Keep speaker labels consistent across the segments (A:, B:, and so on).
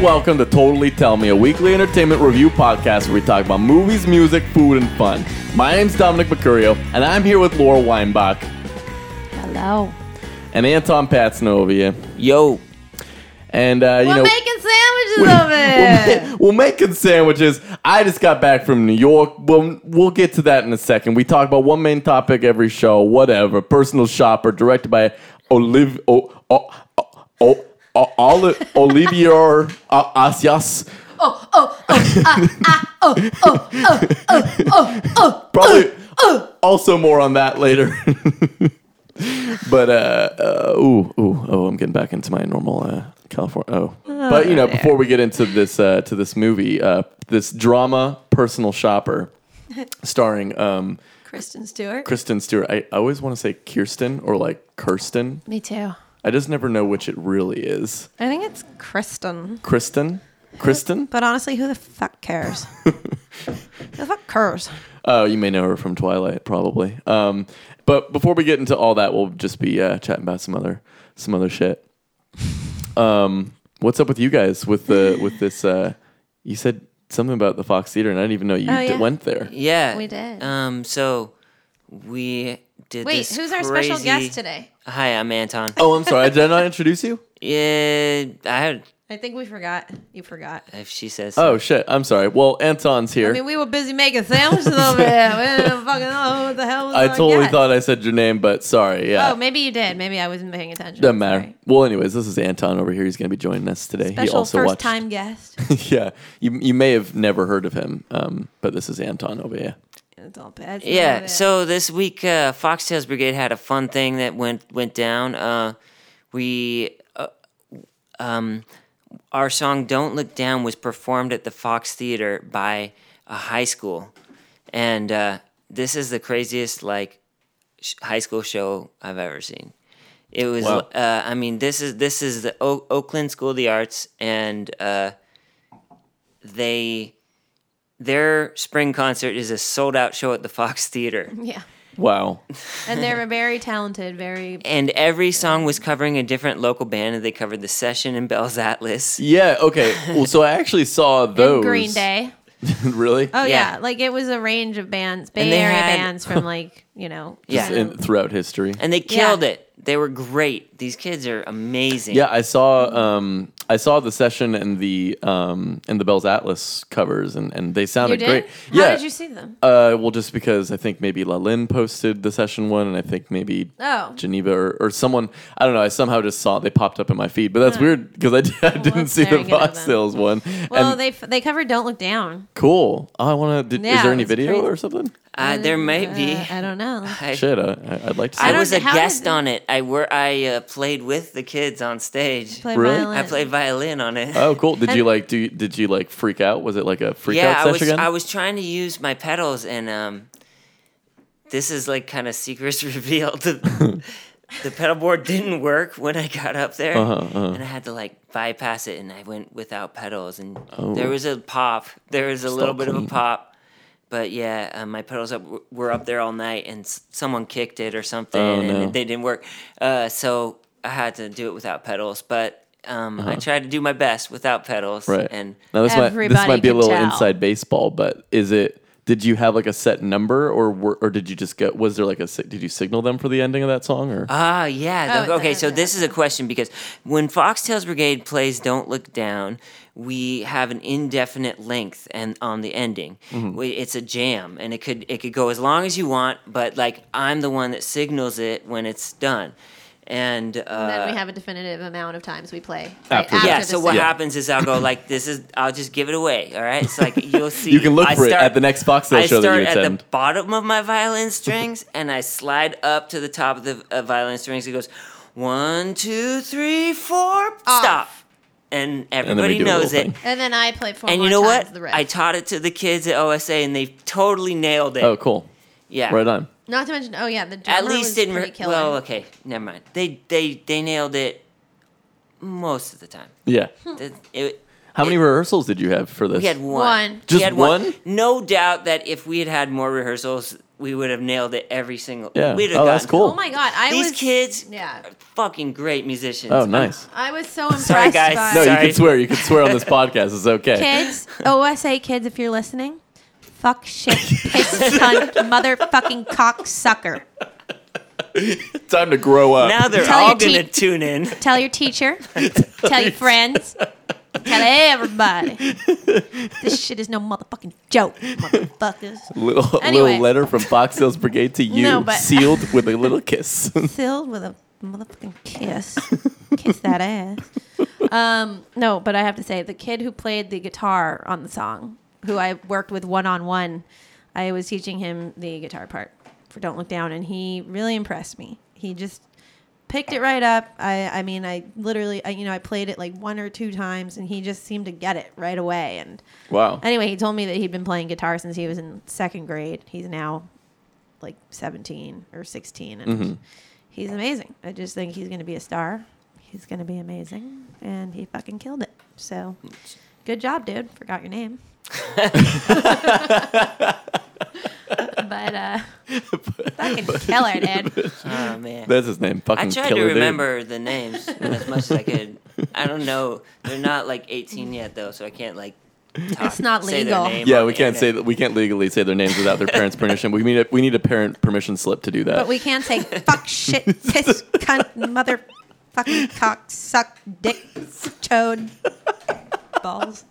A: welcome to Totally Tell Me, a weekly entertainment review podcast where we talk about movies, music, food, and fun. My name's Dominic Mercurio, and I'm here with Laura Weinbach
B: Hello.
A: and Anton Patsnovia.
C: Yo,
A: And, uh, you
B: We're
A: know,
B: making sandwiches of it.
A: we're, ma- we're making sandwiches. I just got back from New York. We'll, we'll get to that in a second. We talk about one main topic every show, whatever. Personal shopper, directed by Olive, o, o, o, o, o, Oli- Olivier A- Asias. Probably also more on that later. but uh, uh ooh ooh oh I'm getting back into my normal uh California oh. but you know before we get into this uh to this movie uh this drama Personal Shopper starring um
B: Kristen Stewart.
A: Kristen Stewart. I, I always want to say Kirsten or like Kirsten.
B: Me too.
A: I just never know which it really is.
D: I think it's Kristen.
A: Kristen? Kristen?
D: But honestly, who the fuck cares? who the fuck cares?
A: Oh, you may know her from Twilight, probably. Um, but before we get into all that, we'll just be uh, chatting about some other some other shit. Um, what's up with you guys with the with this? Uh, you said something about the Fox Theater, and I didn't even know you
D: Oh,
A: d-
D: yeah.
A: went there.
C: yeah,
B: We did.
C: Um, so we did.
B: Wait,
C: this
B: who's our special
C: crazy-
B: guest today?
C: Hi, I'm Anton.
A: Oh, I'm sorry. Did I not introduce you?
C: Yeah, I had.
D: I think we forgot. You forgot.
C: If she says,
A: Oh shit. I'm sorry. Well, Anton's here.
D: I mean, we were busy making sandwiches over here. We didn't fucking know what the hell was
A: I
D: our
A: totally
D: guest.
A: thought I said your name, but sorry. Yeah.
D: Oh, maybe you did. Maybe I wasn't paying attention.
A: Doesn't matter.
D: Sorry.
A: Well, anyways, this is Anton over here. He's going to be joining us today. he
D: Special
A: also
D: first
A: watched.
D: time guest.
A: yeah, you you may have never heard of him, um, but this is Anton over here.
D: It's all bad. It's all
C: yeah.
D: bad.
C: So this week, uh, Foxtails Brigade had a fun thing that went went down. Uh, we, uh, um, our song "Don't Look Down" was performed at the Fox Theater by a high school, and uh, this is the craziest like sh- high school show I've ever seen. It was.
A: Wow.
C: Uh, I mean, this is this is the o- Oakland School of the Arts, and uh, they their spring concert is a sold out show at the Fox Theater.
D: yeah.
A: Wow.
D: And they were very talented, very
C: And every song was covering a different local band, and they covered The Session and Bell's Atlas.
A: Yeah. Okay. Well, so I actually saw those.
D: and Green Day.
A: really?
D: Oh yeah.
C: Yeah.
D: like it was a range of bands, Bay
C: And they
D: Area
C: had-
D: bands from like you know.
C: Yeah.
A: In, throughout history.
C: And they killed
D: Yeah.
C: it. They were great. These kids are amazing.
A: Yeah, I saw um, I saw the session and the um, and the Bell's Atlas covers, and, and they
D: You
A: sounded
D: did.
A: great.
D: How
A: yeah.
D: did you see them?
A: Uh, well, just because I think maybe La Lynn posted the session one, and I think maybe
D: Oh.
A: Geneva or, or someone I don't know. I somehow just saw it. They popped up in my feed, but that's weird because I, did, I didn't
D: that's
A: see the
D: staring into
A: Fox
D: them.
A: Sales one.
D: Well,
A: and
D: they f- they covered "Don't Look Down."
A: cool. Oh, I want to. is
D: Yeah,
A: there any
D: it's
A: video
D: crazy.
A: or something?
C: Uh, there might be.
D: Uh, I don't know.
C: I,
A: Shit, I, I- I'd like to. See
C: I
A: it.
D: don't-
C: was a
D: how
C: guest
D: did-
C: on it. I were I uh, played with the kids on stage.
D: Play
A: Really?
D: violin.
C: I played violin on it.
A: Oh, cool. Did you
D: And-
A: like? Do you, did you like freak out? Was it like a freak
C: yeah,
A: out session
C: I was
A: again?
C: I was trying to use my pedals, and um, this is like kind of secrets revealed. The, the pedal board didn't work when I got up there,
A: Uh-huh,
C: and I had to like bypass it, and I went without pedals, and
A: Oh.
C: there was a pop. There was a little bit of
A: clean.
C: a pop. But yeah, uh, my pedals up were up there all night, and s- someone kicked it or something,
A: Oh,
C: and
A: no.
C: they didn't work. Uh, so I had to do it without pedals. But um, I tried to do my best without pedals,
A: Uh-huh. right.
C: and
A: now this might this
D: Everybody
A: might be a
D: could
A: little
D: tell.
A: inside baseball, but is it? Did you have like a set number, or were, or did you just get? Was there like a? si- Did you signal them for the ending of that song, or?
C: Ah, yeah.
D: Oh, it's
C: the- okay,
D: like-
C: so this is a question because when Foxtails Brigade plays "Don't Look Down," we have an indefinite length and on the ending.
A: Mm-hmm.
C: We, it's a jam, and it could it could go as long as you want, but like I'm the one that signals it when it's done, and. Uh,
D: And then we have a definitive amount of times we play.
A: After
C: yeah,
D: the
C: so what
D: song.
C: happens is I'll go like this is I'll just give it away. All right, it's like you'll see.
A: You can look
C: I
A: for it
C: start-
A: at the next Fox Hill
C: I
A: show that
C: start
A: you
C: at
A: attend.
C: the bottom of my violin strings and I slide up to the top of the uh, violin strings. It goes one, two, three, four, stop, and
A: we
C: everybody
A: do a little
C: knows it.
A: thing.
D: And then I played four
C: And
D: more
C: you know
D: times
C: what?
D: The rest.
C: I taught it to the kids at OSA, and they totally nailed it.
A: oh, cool.
C: yeah,
A: Right on.
D: Not to mention, oh yeah, the drummer
C: At least
D: was
C: didn't.
D: pretty
C: Re-
D: killer.
C: well, okay, never mind. They they they nailed it most of the time.
A: Yeah.
C: It- it-
A: How many rehearsals did you have for this?
C: We had one.
D: One.
C: We
A: Just
C: had
A: one?
C: No doubt that if we had had more rehearsals, we would have nailed it every single.
A: Yeah.
C: We'd have
A: Oh, that's
C: gotten-
A: cool.
D: Oh my god, I
C: These
D: was
C: kids
D: Yeah.
C: are fucking great musicians.
A: Oh, nice.
D: I was so impressed
C: Sorry, guys.
D: by
A: No, you
C: Sorry.
A: can swear. You can swear on this podcast. It's okay.
B: Kids,
D: Oh,
B: OSA kids, if you're listening, fuck shit, piss, cunt, motherfucking cocksucker.
A: Time to grow up.
C: Now they're
B: Tell
C: all
B: your
C: going to
B: teeth-
C: tune in.
B: Tell your teacher, tell your friends, tell everybody. This shit is no motherfucking joke, motherfuckers.
A: little,
D: Anyway.
A: little letter from Fox Hills Brigade to you,
D: No, but-
A: sealed with a little kiss.
B: Filled with a motherfucking kiss.
D: kiss that ass. Um, no, but I have to say, the kid who played the guitar on the song, who I worked with one on one, I was teaching him the guitar part for "Don't Look Down," and he really impressed me. He just picked it right up. I, I mean, I literally, I, you know, I played it like one or two times, and he just seemed to get it right away. And
A: wow.
D: Anyway, he told me that he'd been playing guitar since he was in second grade. He's now like 17 or 16, and he's amazing. I just think he's going to be a star. He's going to be amazing, and he fucking killed it. So, good job, dude. Forgot your name. but uh, fucking killer, dude.
C: Oh, man.
A: That's his name. Fucking
C: I tried to
A: killer dude.
C: remember the names as much as I could. I don't know. They're not like 18 yet, though, so I can't like. Talk,
D: It's not
C: say their
D: legal.
C: name
A: Yeah,
C: on
A: we
C: the
A: can't say
C: internet.
A: that. We can't legally say their names without their parents' permission. We need a, we need a parent permission slip to do that.
D: But we can say fuck, shit, piss, cunt, mother, fucking cock, suck, dick, toad, balls.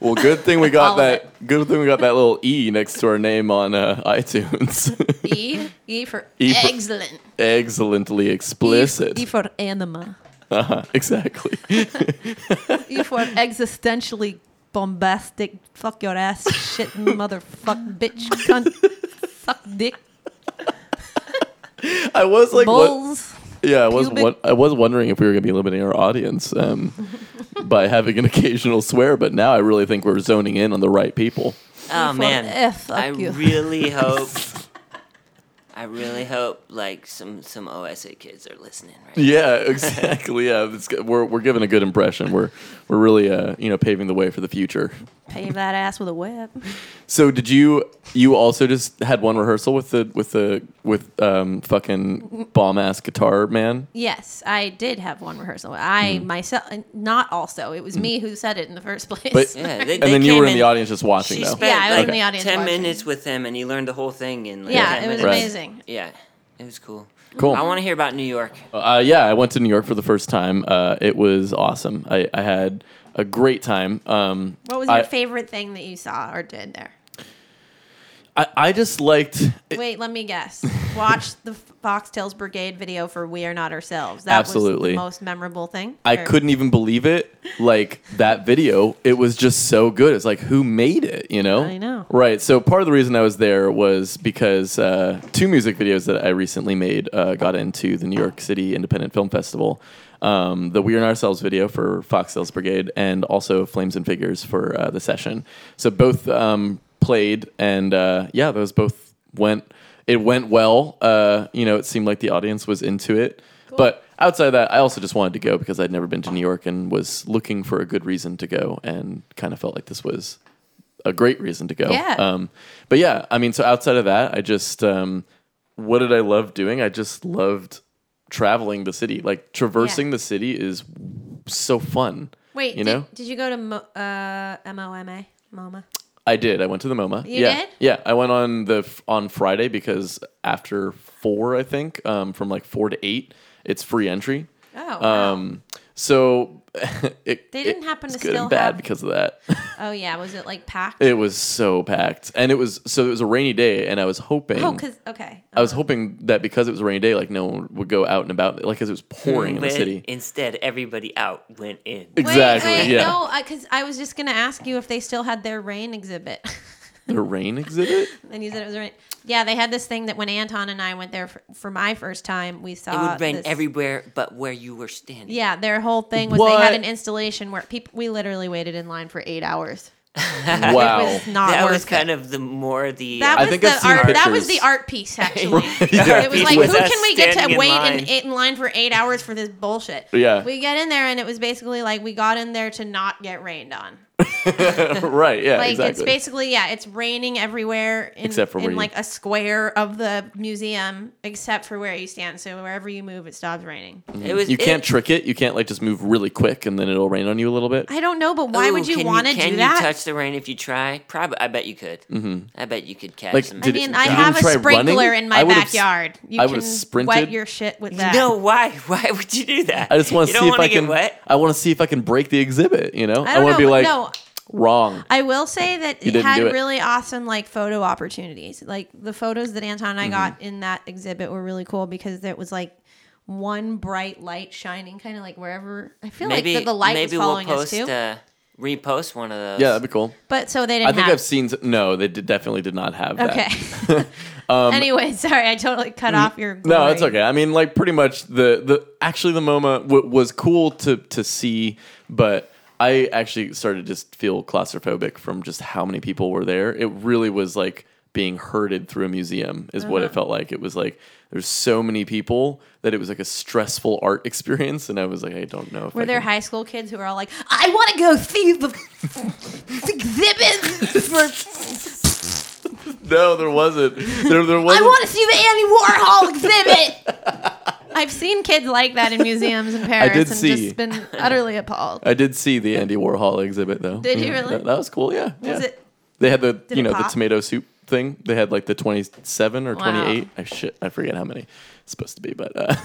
A: well, good thing we
D: All
A: got
D: of
A: that. Good thing we got that little e next to our name on uh, iTunes.
D: E E for
A: E for-
D: excellent.
A: Excellently explicit.
D: E, for anima.
A: uh-huh, exactly.
D: E for existentially bombastic. Fuck your ass, shit, motherfuck, bitch, cunt, fuck, dick,
A: I was like, what,
D: balls.
A: yeah, I was
D: pubic-
A: won- I was wondering if we were going to be limiting our audience um, by having an occasional swear, but now I really think we're zoning in on the right people.
C: Oh
D: for
C: man,
D: F, fuck
C: I
D: you.
C: really hope. I really hope like some some OSA kids are listening. Right?
A: Yeah, exactly. Yeah, it's, g- we're we're giving a good impression. We're we're really uh, you know paving the way for the future.
D: Pave that ass with a whip.
A: So did you you also just had one rehearsal with the with the with um fucking bomb ass guitar man?
D: Yes, I did have one rehearsal. I
A: Hmm.
D: myself, not also. It was me who said it in the first place.
A: But
C: Yeah, they,
A: and then you were in the audience just watching
C: She
A: though.
C: spent
D: Yeah, I was
C: like
D: in the audience
C: ten
D: watching.
C: minutes with him, and he learned the whole thing in like
D: yeah, it
C: 10
D: was
C: minutes.
A: Right.
D: amazing.
C: Yeah, it was cool.
A: Cool.
C: I want to hear about New York.
A: Uh, yeah, I went to New York for the first time. Uh, it was awesome. I, I had a great time. Um,
D: What was your
A: I-
D: favorite thing that you saw or did there?
A: I, I just liked
D: Wait, let me guess. Watch the Fox Tales Brigade video for "We Are Not Ourselves." That was
A: Absolutely.
D: the most memorable thing.
A: I
D: Or-
A: couldn't even believe it. Like that video, it was just so good. It's like who made it, you know?
D: I know.
A: Right. So part of the reason I was there was because uh, two music videos that I recently made uh, got into the New York City Independent Film Festival. Um, the We Are Not Ourselves video for Fox Sales Brigade, and also Flames and Figures for uh, the session. So both um, played, and uh, yeah, those both went. It went well. Uh, you know, it seemed like the audience was into it. But outside of that, I also just wanted to go because I'd never been to New York and was looking for a good reason to go, and kind of felt like this was a great reason to go.
D: Yeah.
A: Um, but yeah, I mean, so outside of that, I just, um, what did I love doing? I just loved traveling the city. Like traversing the city is so fun.
D: Wait,
A: you
D: did,
A: know,
D: did you go to Mo- uh, MOMA? MoMA.
A: I did. I went to the MoMA.
D: You
A: yeah,
D: did?
A: yeah. I went on the on Friday because after four, I think, um, from like four to eight, it's free entry.
D: Oh, wow.
A: Um, so it
D: They didn't happen
A: it's
D: to
A: good
D: still
A: and bad
D: have-
A: because of that.
D: oh yeah. Was it like packed?
A: it was so packed, and it was so it was a rainy day, and I was hoping.
D: oh, cause okay.
A: I was hoping that because it was a rainy day, like no one would go out and about, like because it was pouring
D: Mm,
A: in the
C: But
A: city.
C: Instead, everybody out went in.
A: Exactly.
D: Wait, wait,
A: yeah.
D: no, because I was just gonna ask you if they still had their rain exhibit.
A: The rain exhibit.
D: and you said it was rain. Yeah, they had this thing that when Anton and I went there for, for my first time, we
C: It
D: saw
C: would rain
D: Uh, this-
C: everywhere but where you were standing.
D: Yeah, their whole thing was they
A: What?
D: had an installation where people we literally waited in line for eight hours.
A: Wow.
D: It was not
C: that
D: worth
C: was kind
D: it.
C: of the more the. uh,
D: That
A: I
D: was
A: think
D: the
A: I've seen
D: art. That was
A: pictures.
D: the art piece, actually.
A: Yeah.
D: It was
C: Piece
D: like, who
C: was us
D: can we get
C: standing
D: to
C: in
D: wait
C: line.
D: in, in line for eight hours for this bullshit?
A: Yeah.
D: we get in there and it was basically like we got in there to not get rained on.
A: right. Yeah.
D: Like it's
A: exactly.
D: basically yeah, it's raining everywhere in,
A: Except for
D: in
A: where you-
D: like a square of the museum, except for where you stand. So wherever you move, it stops raining.
C: It was
A: you
C: it-
A: can't trick it. You can't like just move really quick and then it'll rain on you a little bit.
D: I don't know, but why
C: Ooh,
D: would you
C: can
D: want to
C: Can
D: do
C: you
D: that?
C: touch the rain if you try? Probably. I bet you could. I bet you could catch
A: Mm-hmm. Like,
C: some.
D: I
A: did it-
D: mean, I
A: you
D: have a
A: didn't try
D: sprinkler
A: running?
D: in my
A: I would've s-
D: backyard. You
A: I
D: can
A: would've sprinted.
D: wet your shit with that.
C: no, why? Why would you do that?
A: I just want
C: You
A: to
C: don't
A: see if
C: wanna
A: I
C: get
A: can.
C: Wet?
A: I want to see if I can break the exhibit. You know,
D: I don't
A: want
D: know,
A: to be
D: but
A: like
D: no.
A: wrong.
D: I will say that it
A: didn't
D: had
A: do it.
D: really awesome like photo opportunities. Like the photos that Anton and I
A: Mm-hmm.
D: got in that exhibit were really cool because there was like one bright light shining kind of like wherever I feel
C: Maybe
D: like the, the light
C: maybe
D: was
C: we'll
D: following
C: post
D: us too.
C: uh, repost one of those.
A: Yeah, that'd be cool.
D: but so they didn't
A: I think
D: have
A: I've seen. No, they did, definitely did not have that. Um,
D: Okay. anyway, sorry, I totally cut off your
A: No, it's
D: glory.
A: okay. I mean, like pretty much the the actually the MoMA w- was cool to to see, but I actually started to just feel claustrophobic from just how many people were there. It really was like being herded through a museum is what
D: Uh-huh.
A: it felt like. It was like there's so many people that it was like a stressful art experience, and I was like, I don't know. If
D: Were
A: I
D: there
A: can-
D: high school kids who were all like, "I want to go see the exhibit for
A: No, there wasn't. There, there
D: I
A: wasn't.
D: want to see the Andy Warhol exhibit. I've seen kids like that in museums in Paris
A: did
D: and
A: see.
D: just been utterly appalled.
A: I did see the Andy Warhol exhibit though.
D: Did you
A: Mhm.
D: really?
A: That, that was cool. Yeah.
D: Was
A: yeah.
D: it
A: They had the you
D: it
A: know the
D: pop?
A: tomato soup thing. They had like the twenty seven or
D: Wow.
A: twenty eight. I shit, I forget how many it's supposed to be, but uh,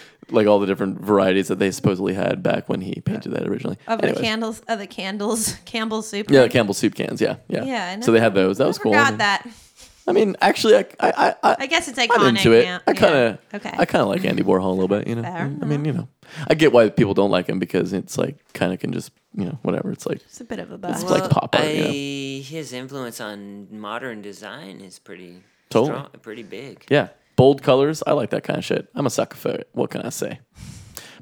A: like all the different varieties that they supposedly had back when he painted that originally.
D: of
A: Anyways.
D: the candles of the candles Campbell's soup?
A: Yeah, the Campbell's soup cans. Yeah, yeah.
D: Yeah, I
A: so they had those. That was
D: I
A: cool.
D: Forgot that.
A: I mean, actually, I I I,
D: I guess it's
A: I'm
D: iconic.
A: into it.
D: Now.
A: I kind of,
D: Yeah. Okay.
A: I kind of like Andy Warhol a little bit. You know,
D: Fair
A: I mean, you know, I get why people don't like him because it's like kind of can just you know whatever. It's like
D: it's a bit of a buzz.
A: It's like pop art,
C: Uh, I,
A: you know.
C: His influence on modern design is pretty
A: Totally.
C: strong, pretty big.
A: Yeah, bold colors. I like that kind of shit. I'm a sucker for it. What can I say?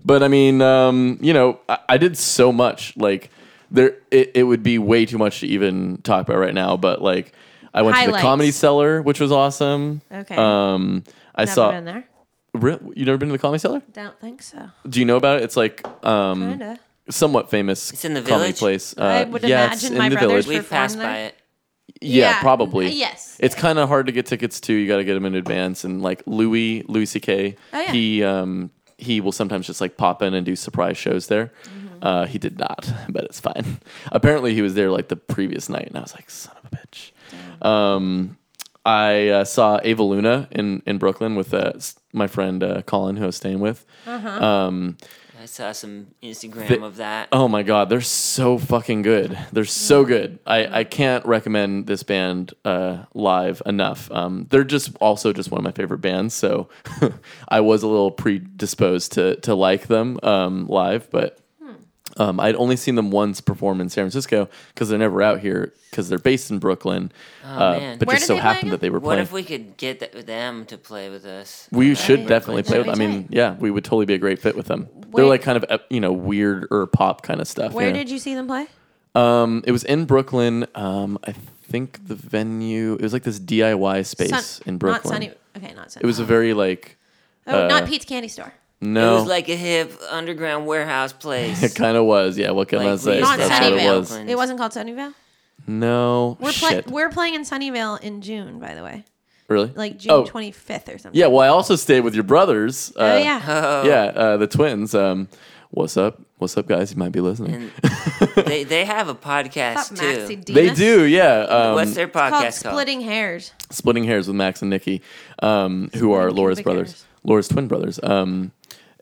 A: But I mean, um, you know, I, I did so much. Like there, it, it would be way too much to even talk about right now. But like, I went to the
D: Highlights.
A: comedy cellar, which was awesome.
D: Okay.
A: Um, I
D: Never
A: saw.
D: been there.
A: Re- you never been to the comedy cellar?
D: Don't think so.
A: Do you know about it? It's like um,
D: Kinda.
A: somewhat famous.
C: It's in the
A: comedy
C: Village?
A: place. Uh,
D: I would
A: yeah, it's
D: imagine
A: in
D: my
A: the
D: brothers
A: village.
C: We've
D: perform
C: passed
D: there?
C: by it.
A: Yeah,
D: Yeah,
A: probably.
D: uh, yes.
A: It's kind of hard to get tickets to. You got to get them in advance. And like Louis, Louis C.K.
D: Oh, yeah.
A: He um he will sometimes just like pop in and do surprise shows there.
D: Mm-hmm.
A: Uh, he did not, but it's fine. Apparently, he was there like the previous night, and I was like, son of a bitch. Um, I uh, saw Ava Luna in in Brooklyn with uh, s- my friend uh, Colin, who I was staying with. Um,
C: I saw some Instagram
A: The-
C: of that.
A: Oh my god, they're so fucking good. They're so good. I, I can't recommend this band uh, live enough. Um, they're just also just one of my favorite bands, so I was a little predisposed to to like them um, live, but
D: Hmm.
A: um, I'd only seen them once perform in San Francisco because they're never out here because they're based in Brooklyn. uh,
C: man.
A: But
D: Oh, Where
A: just
D: did
A: so
D: they play
A: happened
D: again?
A: that they were
C: What
A: playing.
C: if we could get th- them to play with us?
A: We
C: That'd
A: should
C: be
A: definitely play
D: That'd
A: with them. I
D: be
A: mean, yeah, we would totally be a great fit with them. They're
D: Where-
A: like kind of uh, you know weird or pop kind of stuff.
D: Where
A: you know?
D: did you see them play?
A: Um, it was in Brooklyn. Um, I think the venue. It was like this DIY space
D: Sun-
A: in Brooklyn.
D: Not Sunny. Okay, not Sunny.
A: It was a very like
D: oh,
A: uh,
D: not Pete's Candy Store.
A: no.
C: It was like a hip underground warehouse place.
A: it kind of was, yeah. What can I
C: Like, we
A: say?
C: used
D: Not
C: to
A: That's what it
C: have-
A: was.
D: Sunnyvale. It wasn't called Sunnyvale.
A: No
D: We're playing.
A: shit.
D: We're playing in Sunnyvale in June, by the way,
A: really?
D: like
A: Oh,
D: June twenty fifth or something.
A: Yeah. Well, I also stayed with your brothers. Uh,
D: Oh yeah.
C: oh,
A: Yeah, uh, the twins. Um, what's up? What's up, guys? You might be listening.
C: And they they have a podcast
D: Fuck Maxie
C: too.
A: they
D: Dinas.
A: do, yeah. Um,
C: What's their podcast
D: It's called
C: called?
D: splitting hairs.
A: splitting hairs with Max and Nikki, um, who are
D: Splitting
A: Laura's
D: pubic
A: brothers,
D: hairs.
A: Laura's twin brothers. Um,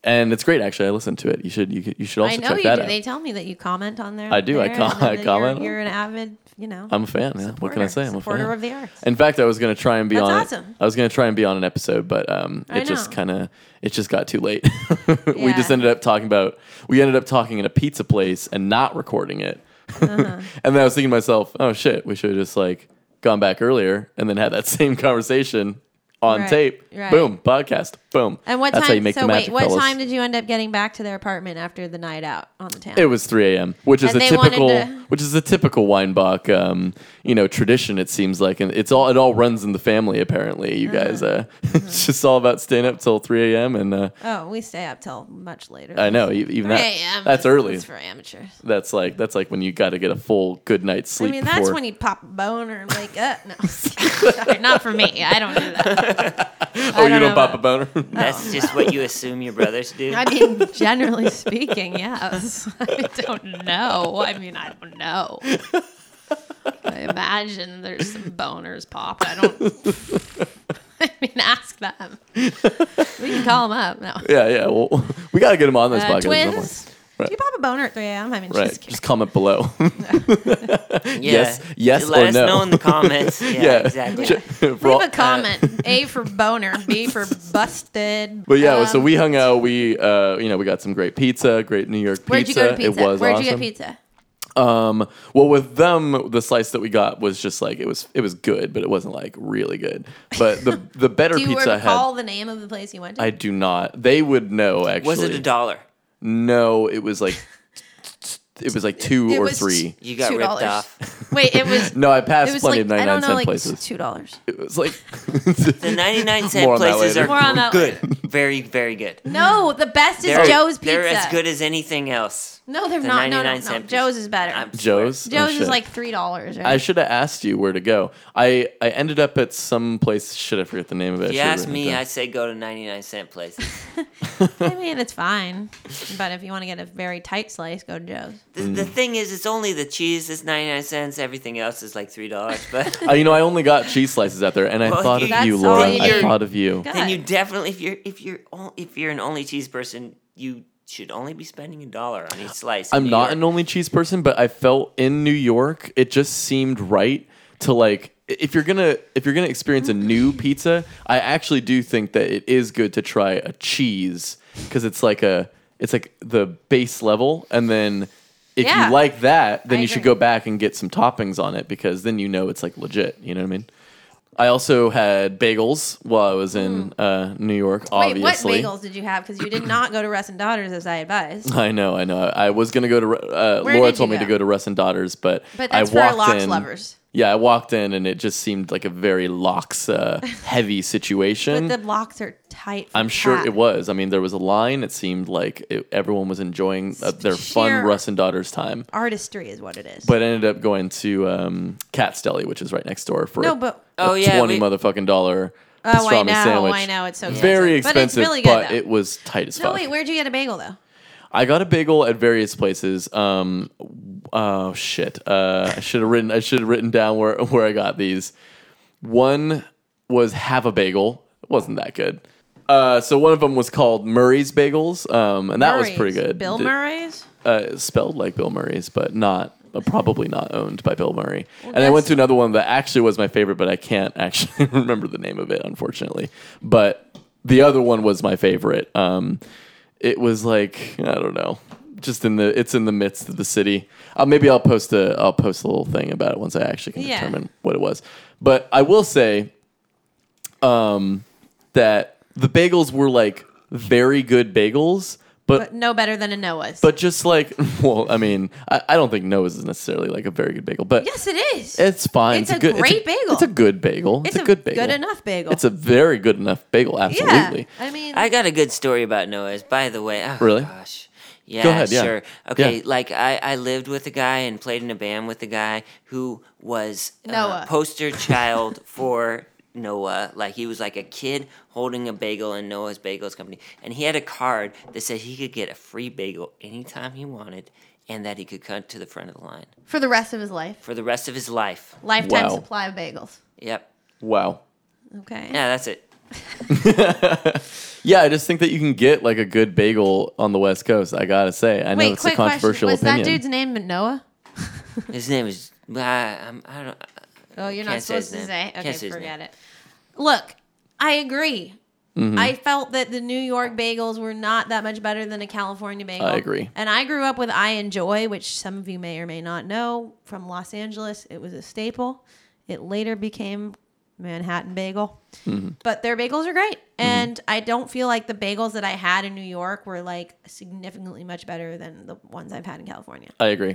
A: and it's great, actually. I listened to it. You should you, you should also
D: I know
A: check
D: you do.
A: that out.
D: They tell me that you comment on there.
A: I do. I
D: there,
A: com-
D: and that
A: I
D: you're-
A: comment on-
D: You're, an avid, you know.
A: I'm a fan. Yeah. What can I say? I'm a
D: supporter
A: fan.
D: of the arts.
A: In fact, I was gonna try and be
D: That's
A: on.
D: awesome.
A: It. I was gonna try and be on an episode, but um,
D: I
A: it just
D: know.
A: kind of it just got too late. we
D: Yeah.
A: just ended up talking about we ended up talking in a pizza place and not recording it.
D: Uh-huh.
A: and then I was thinking to myself, oh shit, we should have just like gone back earlier and then had that same conversation on
D: Right,
A: tape.
D: right.
A: Boom, podcast. Boom.
D: And what
A: That's
D: time?
A: how you make
D: so
A: the magic,
D: wait, what
A: fellas.
D: time did you end up getting back to their apartment after the night out on the town?
A: It was 3 a.m., which is
D: And
A: a
D: they wanted
A: typical,
D: to-
A: which is a typical Weinbach, um, you know, tradition. It seems like, and it's all it all runs in the family. Apparently, you
D: Uh-huh.
A: guys, uh, it's just all about staying up till 3 a.m. And uh,
D: oh, we stay up till much later.
A: I know e- even
D: 3
A: that
D: a.m.
A: that's
D: is-
A: early.
D: is for amateurs.
A: That's like that's like when you got to get a full good night's
D: I
A: sleep.
D: mean, that's
A: before-
D: when you pop a boner and wake up. uh, No, sorry, not for me. I don't do that.
A: oh, you
D: don't
A: don't
D: know
A: pop a boner.
C: That's just what you assume your brothers do.
D: I mean, generally speaking, yes. I don't know. I mean, I don't know. I imagine there's some boners popped. I don't. I mean, ask them. We can call them up. No.
A: yeah, yeah. Well, we got to get him on this
D: Uh,
A: podcast. at some point.
D: twins. Do you pop a boner at 3 a.m.? I mean,
A: Right.
D: just kidding.
A: Just comment below.
C: Yeah.
A: yes- yes
C: Let
A: or
C: us
A: no.
C: know in the comments. Yeah,
A: yeah.
C: exactly.
A: Ch- for all-
D: Leave a comment. a for boner. B for busted.
A: But yeah, so
D: Um,
A: we hung out. We, uh, you know, we got some great pizza, great New York pizza.
D: Where'd you go to pizza?
A: It was
D: Where'd
A: awesome.
D: you get pizza?
A: Um, well, with them, the slice that we got was just like it was. It was good, but it wasn't like really good. But the the better
D: Do you
A: pizza I had.
D: recall the name of the place you went to?
A: I do not. They would know. Actually,
C: Was it a dollar?
A: No, it was like it was like two
D: It
A: or
D: was-
A: three.
C: You got
D: Two
C: ripped
D: dollars.
C: off.
D: Wait, it was.
A: No, I passed
D: It was
A: plenty
D: like
A: of
D: I
A: ninety nine
D: don't
A: cent
D: know, like
A: places.
D: two dollars.
A: It was like
C: The 99 cent
A: More on that
C: places
A: later.
C: are
D: More on that
C: good. Very, very good.
D: No, the best is
C: They're-
D: Joe's pizza.
C: They're as good as anything else.
D: No, they're
C: The
D: not. No, no,
C: 99
D: no.
C: cent
D: Joe's
C: pizza.
D: is better.
C: I'm-
A: Joe's. Oh,
D: Joe's
A: shit.
D: is like three dollars. Right?
A: I should have asked you where to go. I, I ended up at some place. Shit, I forget the name of it. I
C: If you
A: should've
C: ask
A: written it
C: me,
A: down.
C: I say go to 99 cent places.
D: I mean, it's fine. But if you want to get a very tight slice, go to Joe's.
C: The,
A: Mm.
C: the thing is, it's only the cheese is 99 cents. Everything else is like $3. But
D: Oh
A: Uh, you know, I only got cheese slices out there, and I
C: Well,
A: thought of
C: you-
A: you,
D: That's
A: Laura.
D: all you
A: I
D: do.
A: thought of you.
D: God.
C: then you definitely, if you're, if you're, on- if you're an only cheese person, you should only be spending a dollar on each slice. in
A: I'm
C: New
A: not
C: York.
A: an only cheese person, but I felt in New York, it just seemed right to like i- if you're gonna if you're gonna experience a
D: Mm.
A: new pizza, I actually do think that it is good to try a cheese because it's like a it's like the base level, and then if
D: Yeah.
A: you like that, then
D: I
A: you should go
D: agree.
A: back and get some toppings on it because then you know it's like legit. You know what I mean? I also had bagels while I was in uh, New York.
D: Mm. Wait, what
A: obviously,
D: bagels did you have? Because you did not go to Russ and Daughters as I advised.
A: I know, I know. I was gonna go to uh,
D: Where
A: Laura
D: did you
A: told me to
D: go?
A: go to Russ and Daughters, but,
D: But
A: I
D: that's for
A: walked
D: locks
A: in.
D: lovers.
A: Yeah, I walked in and it just seemed like a very locks uh, heavy
D: But
A: situation.
D: the locks are tight. for
A: I'm sure
D: cat.
A: it was. I mean, there was a line. It seemed like it, everyone was enjoying uh, their fun
D: Sheer-
A: Russ and Daughters time.
D: Artistry is what it is.
A: But I ended up going to um, Cat's Deli, which is right next door, for
D: no, but
A: a
C: Oh, yeah,
A: twenty
C: we-
A: motherfucking dollar
D: oh,
A: pastrami
D: I know,
A: sandwich.
D: I know, it's so expensive.
A: Very
D: but it's
A: expensive, but,
D: really good. though.
A: it was tight as
D: no,
A: fuck.
D: wait, where'd you get a bagel though?
A: I got a bagel at various places. Um, oh shit! Uh, I should have written. I should have written down where where I got these. One was have a bagel. It wasn't that good. Uh, so one of them was called Murray's Bagels, um, and that was pretty
D: Murray's.
A: good.
D: Bill
A: Th-
D: Murray's.
A: uh, spelled like Bill Murray's, but not uh, probably not owned by Bill Murray. and I
D: that's-
A: went to another one that actually was my favorite, but I can't actually remember the name of it, unfortunately. But the other one was my favorite. Um, it was like I don't know, just in the it's in the midst of the city. Uh, maybe I'll post a I'll post a little thing about it once I actually can
D: Yeah.
A: determine what it was. But I will say um, that the bagels were like very good bagels, but
D: But no better than a Noah's.
A: but just like, well, I mean, I, I don't think Noah's is necessarily like a very good bagel, but
D: yes, it is.
A: it's fine.
D: It's a
A: good,
D: great
A: it's
D: bagel.
A: It's a good bagel. It's, a, good bagel.
D: Good enough bagel.
A: It's a very good enough bagel. Absolutely.
D: Yeah, I mean,
C: I got a good story about Noah's, by the way. Oh,
A: Really?
C: Gosh. Yeah,
A: ahead, yeah.
C: sure. Okay,
A: Yeah.
C: like I, I lived with a guy and played in a band with a guy who was uh,
D: Noah.
C: poster child for Noah. Like he was like a kid holding a bagel in Noah's Bagels Company. And he had a card that said he could get a free bagel anytime he wanted and that he could cut to the front of the line
D: for the rest of his life,
C: for the rest of his life.
D: lifetime
A: Wow.
D: supply of bagels.
C: Yep.
A: Wow.
D: Okay.
C: Yeah, that's it.
A: Yeah, I just think that you can get like a good bagel on the West Coast. I gotta say, I know
D: Wait,
A: it's
D: quick
A: a controversial
D: question. Was
A: opinion.
D: that dude's name Noah?
C: His name is. I, I'm, I don't.
D: Oh, you're not
C: Can't say his
D: supposed to
C: name.
D: say.
C: Can't
D: Okay,
C: say his
D: forget it. Look, I agree.
A: Mm-hmm.
D: I felt that the New York bagels were not that much better than a California bagel.
A: I agree.
D: And I grew up with I Enjoy, which some of you may or may not know from Los Angeles. It was a staple. It later became Manhattan bagel.
A: Mm-hmm.
D: But their bagels are great. And I don't feel like the bagels that I had in New York were like significantly much better than the ones I've had in California.
A: I agree.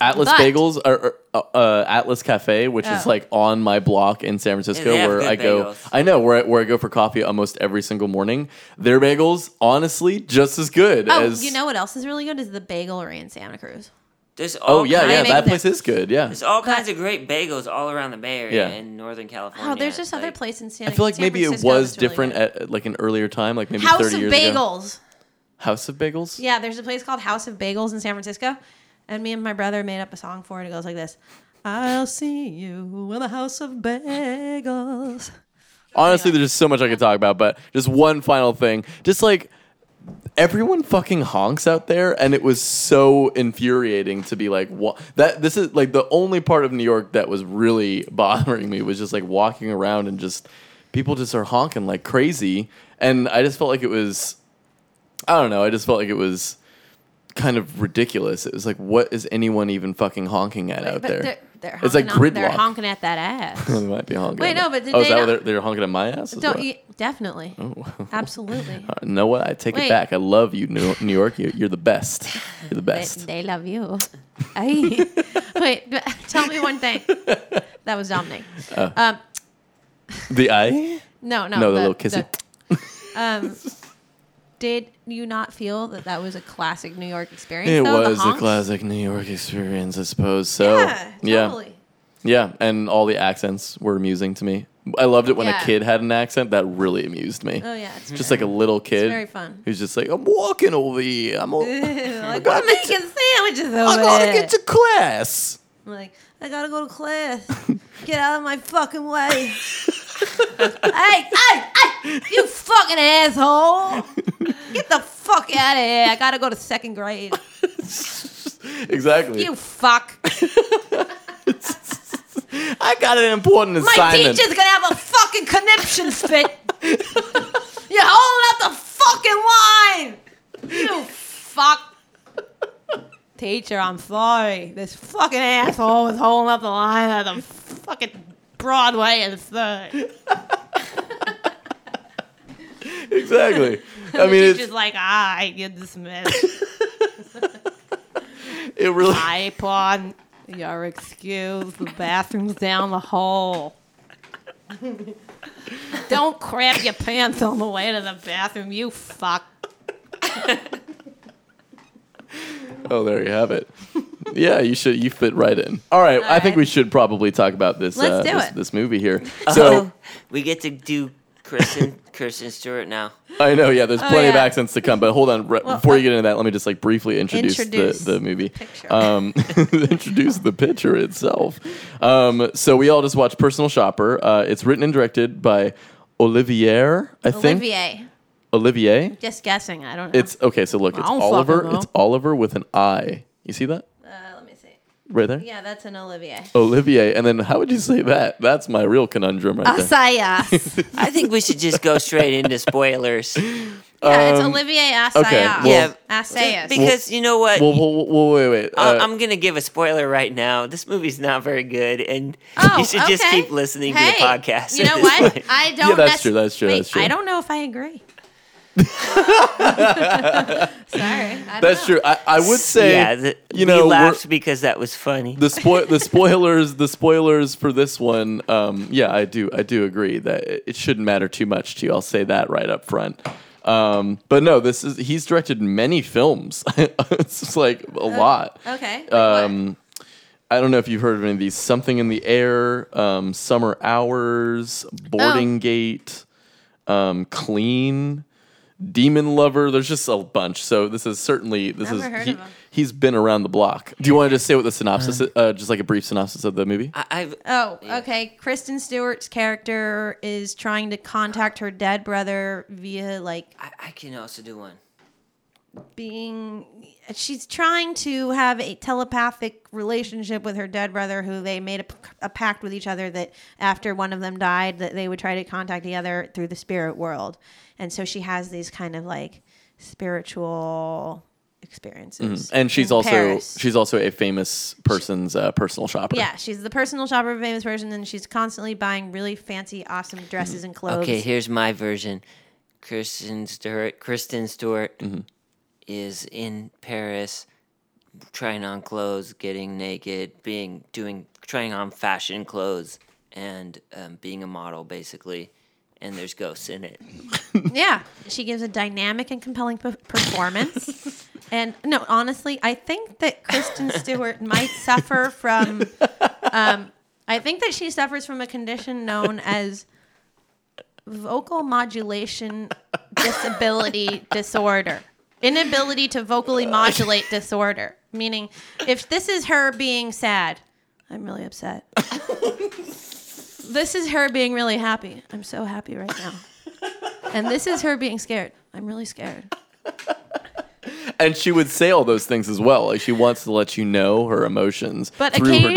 A: Atlas
D: But-
A: Bagels or, or, uh, Atlas Cafe, which is
D: Oh.
A: like on my block in San Francisco,
C: They have
A: where
C: good
A: I go.
C: bagels.
A: I know where I, where I go for coffee almost every single morning. Their bagels, honestly, just as good
D: Oh,
A: as
D: you know what else is really good is the bagelery in Santa Cruz.
C: There's all
A: Oh yeah, yeah,
C: kinds-
D: amazing.
A: that place is good. Yeah,
C: There's all kinds of great bagels all around the Bay Area
A: Yeah.
C: and Northern California.
D: Oh, there's this
C: Like,
D: other place in Santa.
A: I feel like
D: San
A: maybe it
D: Francisco
A: was
D: that's really
A: different
D: good.
A: at at like an earlier time, like maybe
D: House
A: thirty
D: of
A: years ago.
D: Bagels.
A: House of Bagels.
D: Yeah, there's a place called House of Bagels in San Francisco. And me and my brother made up a song for it. It goes like this I'll see you in the House of Bagels.
A: Honestly, there's just so much I could talk about, but just one final thing. Just like everyone fucking honks out there, and it was so infuriating to be like, what? That this is like the only part of New York that was really bothering me was just like walking around and just people just are honking like crazy, and I just felt like it was, I don't know, I just felt like it was kind of ridiculous. It was like, what is anyone even fucking honking at out there?
D: They're, they're
A: It's like
D: honking on- They're
A: gridlock.
D: honking at that ass.
A: They might be honking.
D: Wait,
A: at
D: no,
A: my-
D: but did
A: oh, is
D: they
A: that
D: not-
A: what they're, they're honking at my ass? Is
D: Don't
A: what- Oh,
D: you? Definitely. Absolutely.
A: Uh, No, what? I take it
D: Wait.
A: back. I love you, New, New York. You're, you're the best. You're the
D: They,
A: best.
D: they love you. Aye. Wait, but tell me one thing. That was Dominic.
A: Uh.
D: Um,
A: the eye?
D: no, no.
A: No, the, little kissy.
D: um, did you not feel that that was a classic New York experience?
A: it
D: though, the
A: was a
D: honks?
A: classic New York experience, I suppose. So
D: Yeah, totally.
A: yeah, and all the accents were amusing to me. I loved it when
D: Yeah.
A: a kid had an accent. That really amused me.
D: Oh yeah, it's
A: Just like a little kid
D: very fun.
A: who's just like, I'm walking over here. I'm, a,
D: like,
A: gotta get
D: I'm making sandwiches over
A: I gotta
D: there.
A: get to class.
D: I'm like, I gotta go to class. get out of my fucking way. hey, hey, hey! You fucking asshole! Get the fuck out of here! I gotta go to second grade.
A: Exactly.
D: You fuck!
A: I got an important
D: My
A: assignment.
D: teacher's gonna have a fucking conniption fit. You're holding up the fucking line. You fuck. Teacher, I'm sorry. This fucking asshole was holding up the line at the fucking Broadway and third.
A: exactly. I mean,
D: Teacher's
A: it's,
D: like, ah, I get dismissed.
A: it really.
D: I pawn. You're excused. The bathroom's down the hall. Don't crap your pants on the way to the bathroom, you fuck.
A: Oh, there you have it. yeah, you should. You fit right in. All right, I think
D: right.
A: we should probably talk about this.
D: Let's
A: uh,
D: do
A: this,
D: it.
A: this movie here. So
C: We get to do Kristen, Kristen Stewart now.
A: I know, yeah. There's plenty of
D: Oh. yeah.
A: accents to come, but hold on. Re-
D: Well,
A: before you
D: uh,
A: get into that, let me just like briefly introduce,
D: introduce
A: the, the movie.
D: picture.
A: Um, introduce the picture itself. Um, so we all just watched Personal Shopper. Uh, it's written and directed by Olivier, I think.
D: Olivier.
A: Olivier.
D: Just guessing. I don't know.
A: It's okay. So look, it's
D: don't fucking
A: Oliver.
D: know.
A: It's Oliver with an I. You see that
D: uh, let me see.
A: right there?
D: Yeah, that's an Olivier.
A: Olivier. And then how would you say that? That's my real conundrum
C: Ah,
A: right there.
D: Asayas.
C: I think we should just go straight into spoilers.
D: yeah, it's Olivier Asayas.
A: Um, okay, well-
C: Yeah.
D: Assayas.
C: Because you know what?
A: Well, well, well, wait, wait. Uh,
C: I- I'm gonna give a spoiler right now. This movie's not very good, and
D: Oh,
C: you should just
D: okay.
C: keep listening to
D: Hey,
C: the podcast.
D: You
C: at
D: know
C: this
D: what?
C: point.
D: I don't.
A: Yeah, that's
D: nec-
A: true, that's true,
D: Wait,
A: that's true.
D: I don't know if I agree. Sorry. I don't
A: that's
D: know.
A: true. I, I would say,
C: yeah, the,
A: you know, we're-
C: we laughed because that was funny.
A: the spo- the spoilers, the spoilers for this one. Um, yeah, I do, I do agree that it it shouldn't matter too much to you. I'll say that right up front. Um, but no, this is he's directed many films. it's just like
C: Uh,
A: a lot.
D: Okay. like what?
A: Um, I don't know if you've heard of any of these. Something in the air, um, summer hours,
D: Oh.
A: boarding gate, um, clean, demon lover. There's just a bunch. So this is certainly this
D: Never
A: is
D: heard
A: he,
D: of 'em.
A: has been around the block. Do you want to just say what the synopsis, is- uh, just like a brief synopsis of the movie?
C: I, I've
D: Oh, okay. Kristen Stewart's character is trying to contact her dead brother via like
C: I, I can also do one.
D: being she's trying to have a telepathic relationship with her dead brother who they made a, a pact with each other that after one of them died that they would try to contact the other through the spirit world and so she has these kind of like spiritual experiences.
A: And she's
D: in
A: also
D: Paris.
A: she's also a famous person's uh, personal shopper.
D: yeah, she's the personal shopper of a famous person, and she's constantly buying really fancy, awesome dresses and clothes.
C: Okay, here's my version. Kristen Stewart, Kristen Stewart
A: Mm-hmm.
C: is in Paris trying on clothes, getting naked, being doing trying on fashion clothes and um, being a model basically. And there's ghosts in it.
D: Yeah, she gives a dynamic and compelling pe- performance. and no, honestly, I think that Kristen Stewart might suffer from. Um, I think that she suffers from a condition known as vocal modulation disability disorder, inability to vocally modulate disorder. Meaning, if this is her being sad, I'm really upset. this is her being really happy. I'm so happy right now. And this is her being scared. I'm really scared.
A: And she would say all those things as well. Like she wants to let you know her emotions.
D: But
A: through her
D: occasionally,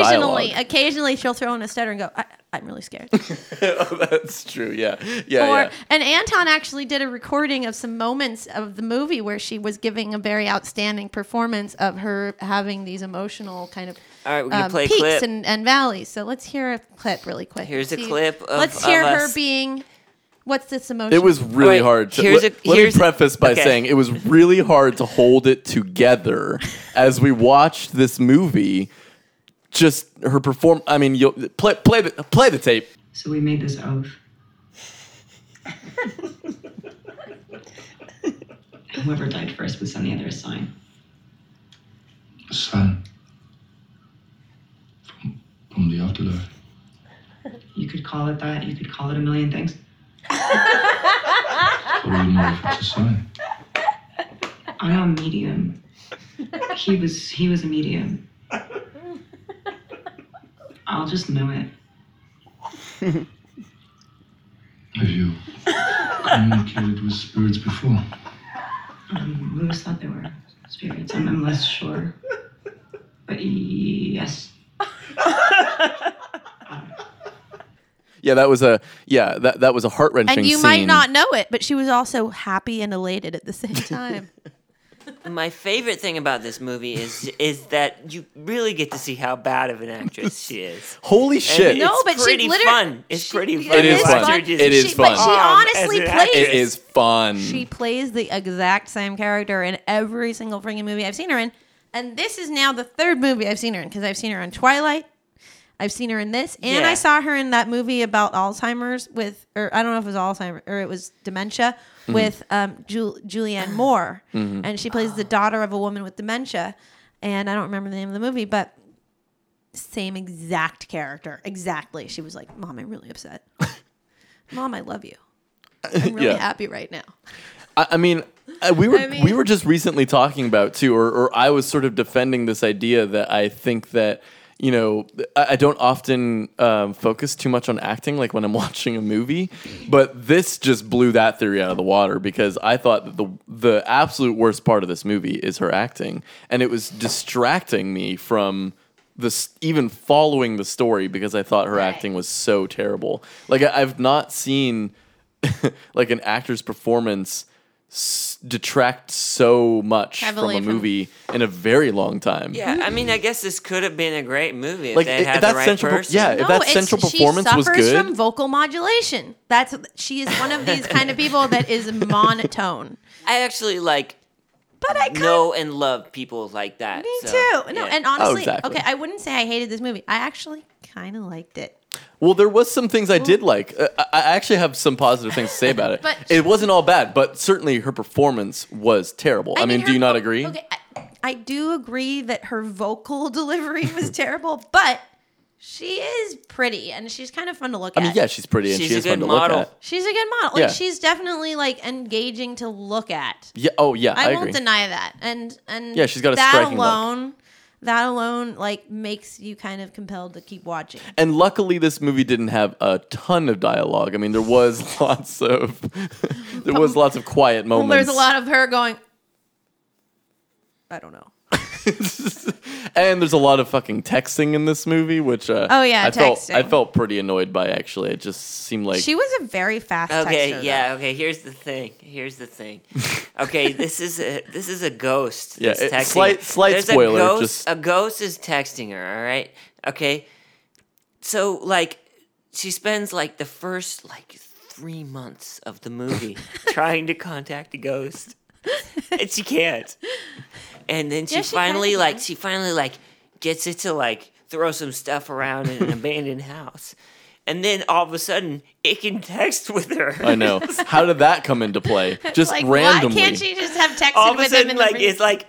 A: dialogue.
D: occasionally she'll throw in a stutter and go, I, I'm really scared.
A: that's true. Yeah, yeah,
D: or
A: yeah.
D: and Anton actually did a recording of some moments of the movie where she was giving a very outstanding performance of her having these emotional kind of
C: All right, we're gonna
D: um,
C: play a
D: peaks
C: clip.
D: and, and valleys. So let's hear a clip really quick.
C: Here's a
D: See-
C: clip of-
D: let's
C: of
D: hear
C: us.
D: her being. What's this emotion?
A: It was really
C: Alright,
A: hard. To,
C: here's a-
A: let, let me
C: here's a-
A: preface by
C: okay.
A: saying it was really hard to hold it together as we watched this movie. Just her perform. I mean, you'll play play the play the tape.
E: So we made this oath. Whoever died first would send the other a sign.
F: a sign from, from the afterlife.
E: You could call it that, you could call it a million things.
F: How do you know if it's a sign?
E: I am medium. He was he was a medium. I'll just know it.
F: Have you communicated with spirits before?
E: Um, we always thought they were spirits. I'm, I'm less sure. But yes.
A: Yeah, that was a yeah that that was a heart wrenching.
D: and you
A: scene.
D: might not know it, but she was also happy and elated at the same time.
C: My favorite thing about this movie is is that you really get to see how bad of an actress she is.
A: Holy shit!
D: No,
C: It's
D: but she
C: pretty
D: literally-
C: fun. It's pretty
D: she-
C: fun.
A: It is
C: to watch
A: fun.
C: her just
A: It is
D: she, But
A: fun.
D: she
C: bomb as
D: honestly
C: an
D: plays.
C: actress.
A: it is fun.
D: She plays the exact same character in every single freaking movie I've seen her in. And this is now the third movie I've seen her in because I've seen her on Twilight. I've seen her in this. And
C: Yeah.
D: I saw her in that movie about Alzheimer's with, or I don't know if it was Alzheimer's or it was dementia
C: Mm-hmm.
D: with um, Jul- Julianne Moore. And she plays the daughter of a woman with dementia. And I don't remember the name of the movie, but same exact character. Exactly. She was like, Mom, I'm really upset. Mom, I love you. I'm really
A: Yeah.
D: happy right now.
A: I, I mean, uh, we were
D: mean-
A: we were just recently talking about too, or or I was sort of defending this idea that I think that you know I, I don't often um, focus too much on acting, like when I'm watching a movie, but this just blew that theory out of the water because I thought that the the absolute worst part of this movie is her acting, and it was distracting me from. This even following the story because I thought her acting was so terrible. Like I, I've not seen like an actor's performance s- detract so much
D: Heavily
A: from a
D: from-
A: movie in a very long time.
C: Yeah, I mean, I guess this could have been a great movie if
A: Like
C: they
A: if
C: had
A: that
C: the right
A: central, per-
C: person.
A: yeah, if that
D: it's-
A: central
D: she
A: performance was
D: suffers
A: good,
D: from vocal modulation. That's she is one of these kind of people that is monotone.
C: I actually like
D: But I kind
C: know and love people like that.
D: of me
C: so,
D: too. Oh, No,
C: yeah.
D: and honestly,
A: Oh, exactly.
D: okay, I wouldn't say I hated this movie. I actually kind of liked it.
A: well, there was some things I did like. Uh, I, I actually have some positive things to say about it.
D: But-
A: it wasn't all bad, but certainly her performance was terrible. I, mean,
D: her
A: do you not
D: vo-
A: agree?
D: Okay, I, I do agree that her vocal delivery was terrible, but she is pretty and she's kind of fun to look
A: I
D: at.
A: mean, yeah, she's pretty and
C: She's
A: she
C: a
A: is fun
C: good
A: to look
C: model.
A: at.
D: she's a good model. Like
A: Yeah.
D: she's definitely like engaging to look at.
A: Yeah. Oh, yeah. I,
D: I,
A: agree.
D: won't deny that. And and
A: Yeah, she's got a
D: that
A: striking look.
D: alone. That alone like makes you kind of compelled to keep watching.
A: And luckily, this movie didn't have a ton of dialogue. I mean, there was lots of there was lots of quiet moments.
D: Well, there's a lot of her going. I don't know.
A: and there's a lot of fucking texting in this movie, which uh,
D: Oh, yeah,
A: I felt
D: texting.
A: I felt pretty annoyed by. Actually, it just seemed like
D: She was a very fast
C: Okay,
D: texter,
C: yeah, okay. Here's the thing. Here's the thing. Okay, this is a this is a ghost.
A: Yeah,
C: that's
A: it-
C: texting
A: slight-
C: her.
A: slight
C: There's
A: spoiler,
C: A ghost,
A: just-
C: a ghost is texting her. All right. Okay. So like, she spends like the first like three months of the movie trying to contact a ghost, and she can't. And then she
D: Yeah, she kinda
C: finally like she finally like gets it to like throw some stuff around in an abandoned house. And then all of a sudden, it can text with her.
A: I know. How did that come into play? Just
D: Like,
A: randomly.
D: why can't she just have texted
C: all of a
D: with him
C: sudden,
D: in
C: like
D: the
C: it's like,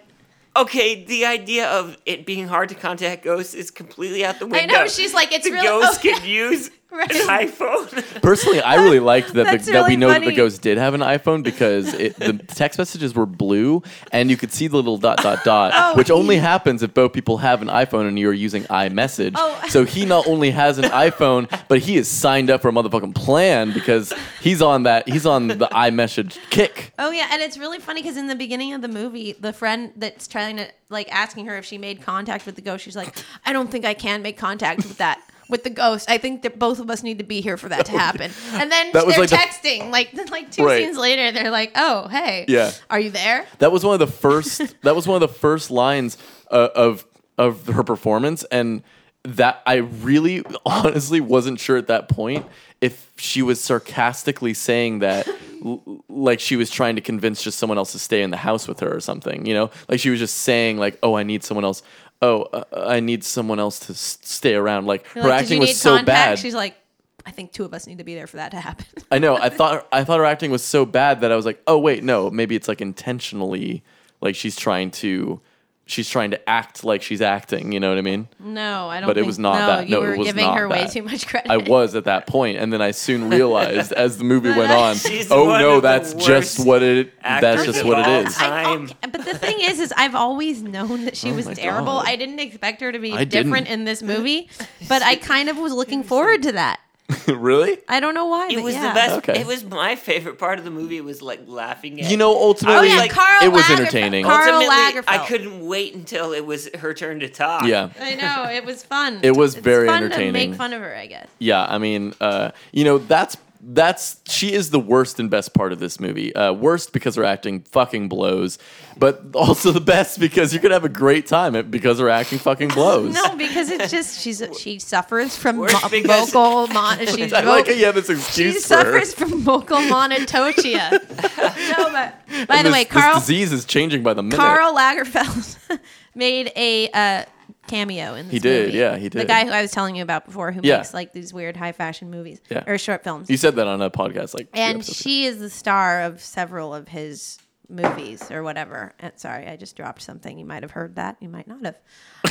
C: okay, the idea of it being hard to contact ghosts is completely out the
D: I
C: window.
D: know she's like it's
C: the
D: really
C: ghosts
D: okay.
C: can use
D: Right.
C: an iPhone.
A: Personally, I really liked that the,
D: That's
A: that we
D: really
A: know that the
D: funny.
A: ghost did have an iPhone because it, the text messages were blue and you could see the little dot dot dot,
D: Oh,
A: which only happens if both people have an iPhone and you are using iMessage.
D: Oh.
A: So he not only has an iPhone, but he is signed up for a motherfucking plan because he's on that he's on the iMessage kick.
D: Oh yeah, and it's really funny because in the beginning of the movie, the friend that's trying to like asking her if she made contact with the ghost, she's like, "I don't think I can make contact with that with the ghost. I think that both of us need to be here for that to happen." And then
A: Oh, That was
D: they're
A: like the-
D: texting, like then, like two
A: Right.
D: scenes later, they're like, "Oh hey,
A: Yeah.
D: are you there?"
A: That was one of the first. that was one of the first lines uh, of of her performance, and that I really, honestly, wasn't sure at that point if she was sarcastically saying that, l- like she was trying to convince just someone else to stay in the house with her or something. You know, like she was just saying like, "Oh, I need someone else." Oh, uh, I need someone else to s- stay around. Like
D: They're
A: her
D: like,
A: acting was so bad.
D: She's like, "I think two of us need to be there for that to happen."
A: I know. I thought I thought her acting was so bad that I was like, oh wait, no, maybe it's like intentionally, like she's trying to, she's trying to act like she's acting. You know what I mean?
D: no, I don't.
A: But it
D: think-
A: was not
D: no,
A: that.
D: You
A: No,
D: were
A: it was
D: giving
A: not
D: her way
A: that.
D: too much credit.
A: I was at that point, and then I soon realized as the movie went on,
C: She's
A: oh
C: one of
A: no,
C: the
A: that's just
C: worst
A: what it. That's
C: actors
A: just
C: of
A: what
C: all
A: it is. Oh
C: time.
D: I- okay, but the thing is, is I've always known that she was
A: my
D: terrible.
A: God.
D: I didn't expect her to be
A: I
D: different
A: didn't.
D: in this movie, but I kind of was looking forward to that.
A: really?
D: I don't know why.
C: It
D: but
C: was
D: yeah.
C: the best.
A: Okay.
C: It was my favorite part of the movie. Was like laughing at.
A: You know,
C: I
A: ultimately,
C: was
D: Oh, Yeah,
C: like-
D: Carl
A: it was
D: Lagerfeld-
A: entertaining.
D: Carl
C: Ultimately, I
D: Lagerfeld.
C: couldn't wait until it was her turn to talk.
A: yeah.
D: I know it was fun.
A: It was
D: It's
A: very
D: fun
A: entertaining.
D: To make fun of her, I guess.
A: yeah i mean uh, you know that's that's she is the worst and best part of this movie uh, worst because her acting fucking blows but also the best because you could have a great time at, because her acting fucking blows
D: No, because it's just she's she suffers from mo-
C: Worse because-
D: vocal mon. She,
A: I
D: vo-
A: like how you have this
D: she
A: excuse for her.
D: suffers from vocal monotonia. no, but by
A: And
D: the
A: this-
D: way, Carl
A: this disease is changing by the minute.
D: Carl Lagerfeld made a uh, cameo in this
A: He did,
D: movie.
A: yeah, he
D: The
A: did.
D: guy who I was telling you about before who
A: Yeah.
D: makes like these weird high fashion movies
A: Yeah.
D: or short films.
A: you said that on a podcast, like two
D: and
A: episodes ago.
D: she is the star of several of his movies or whatever. And sorry, I just dropped something. You might have heard that. You might not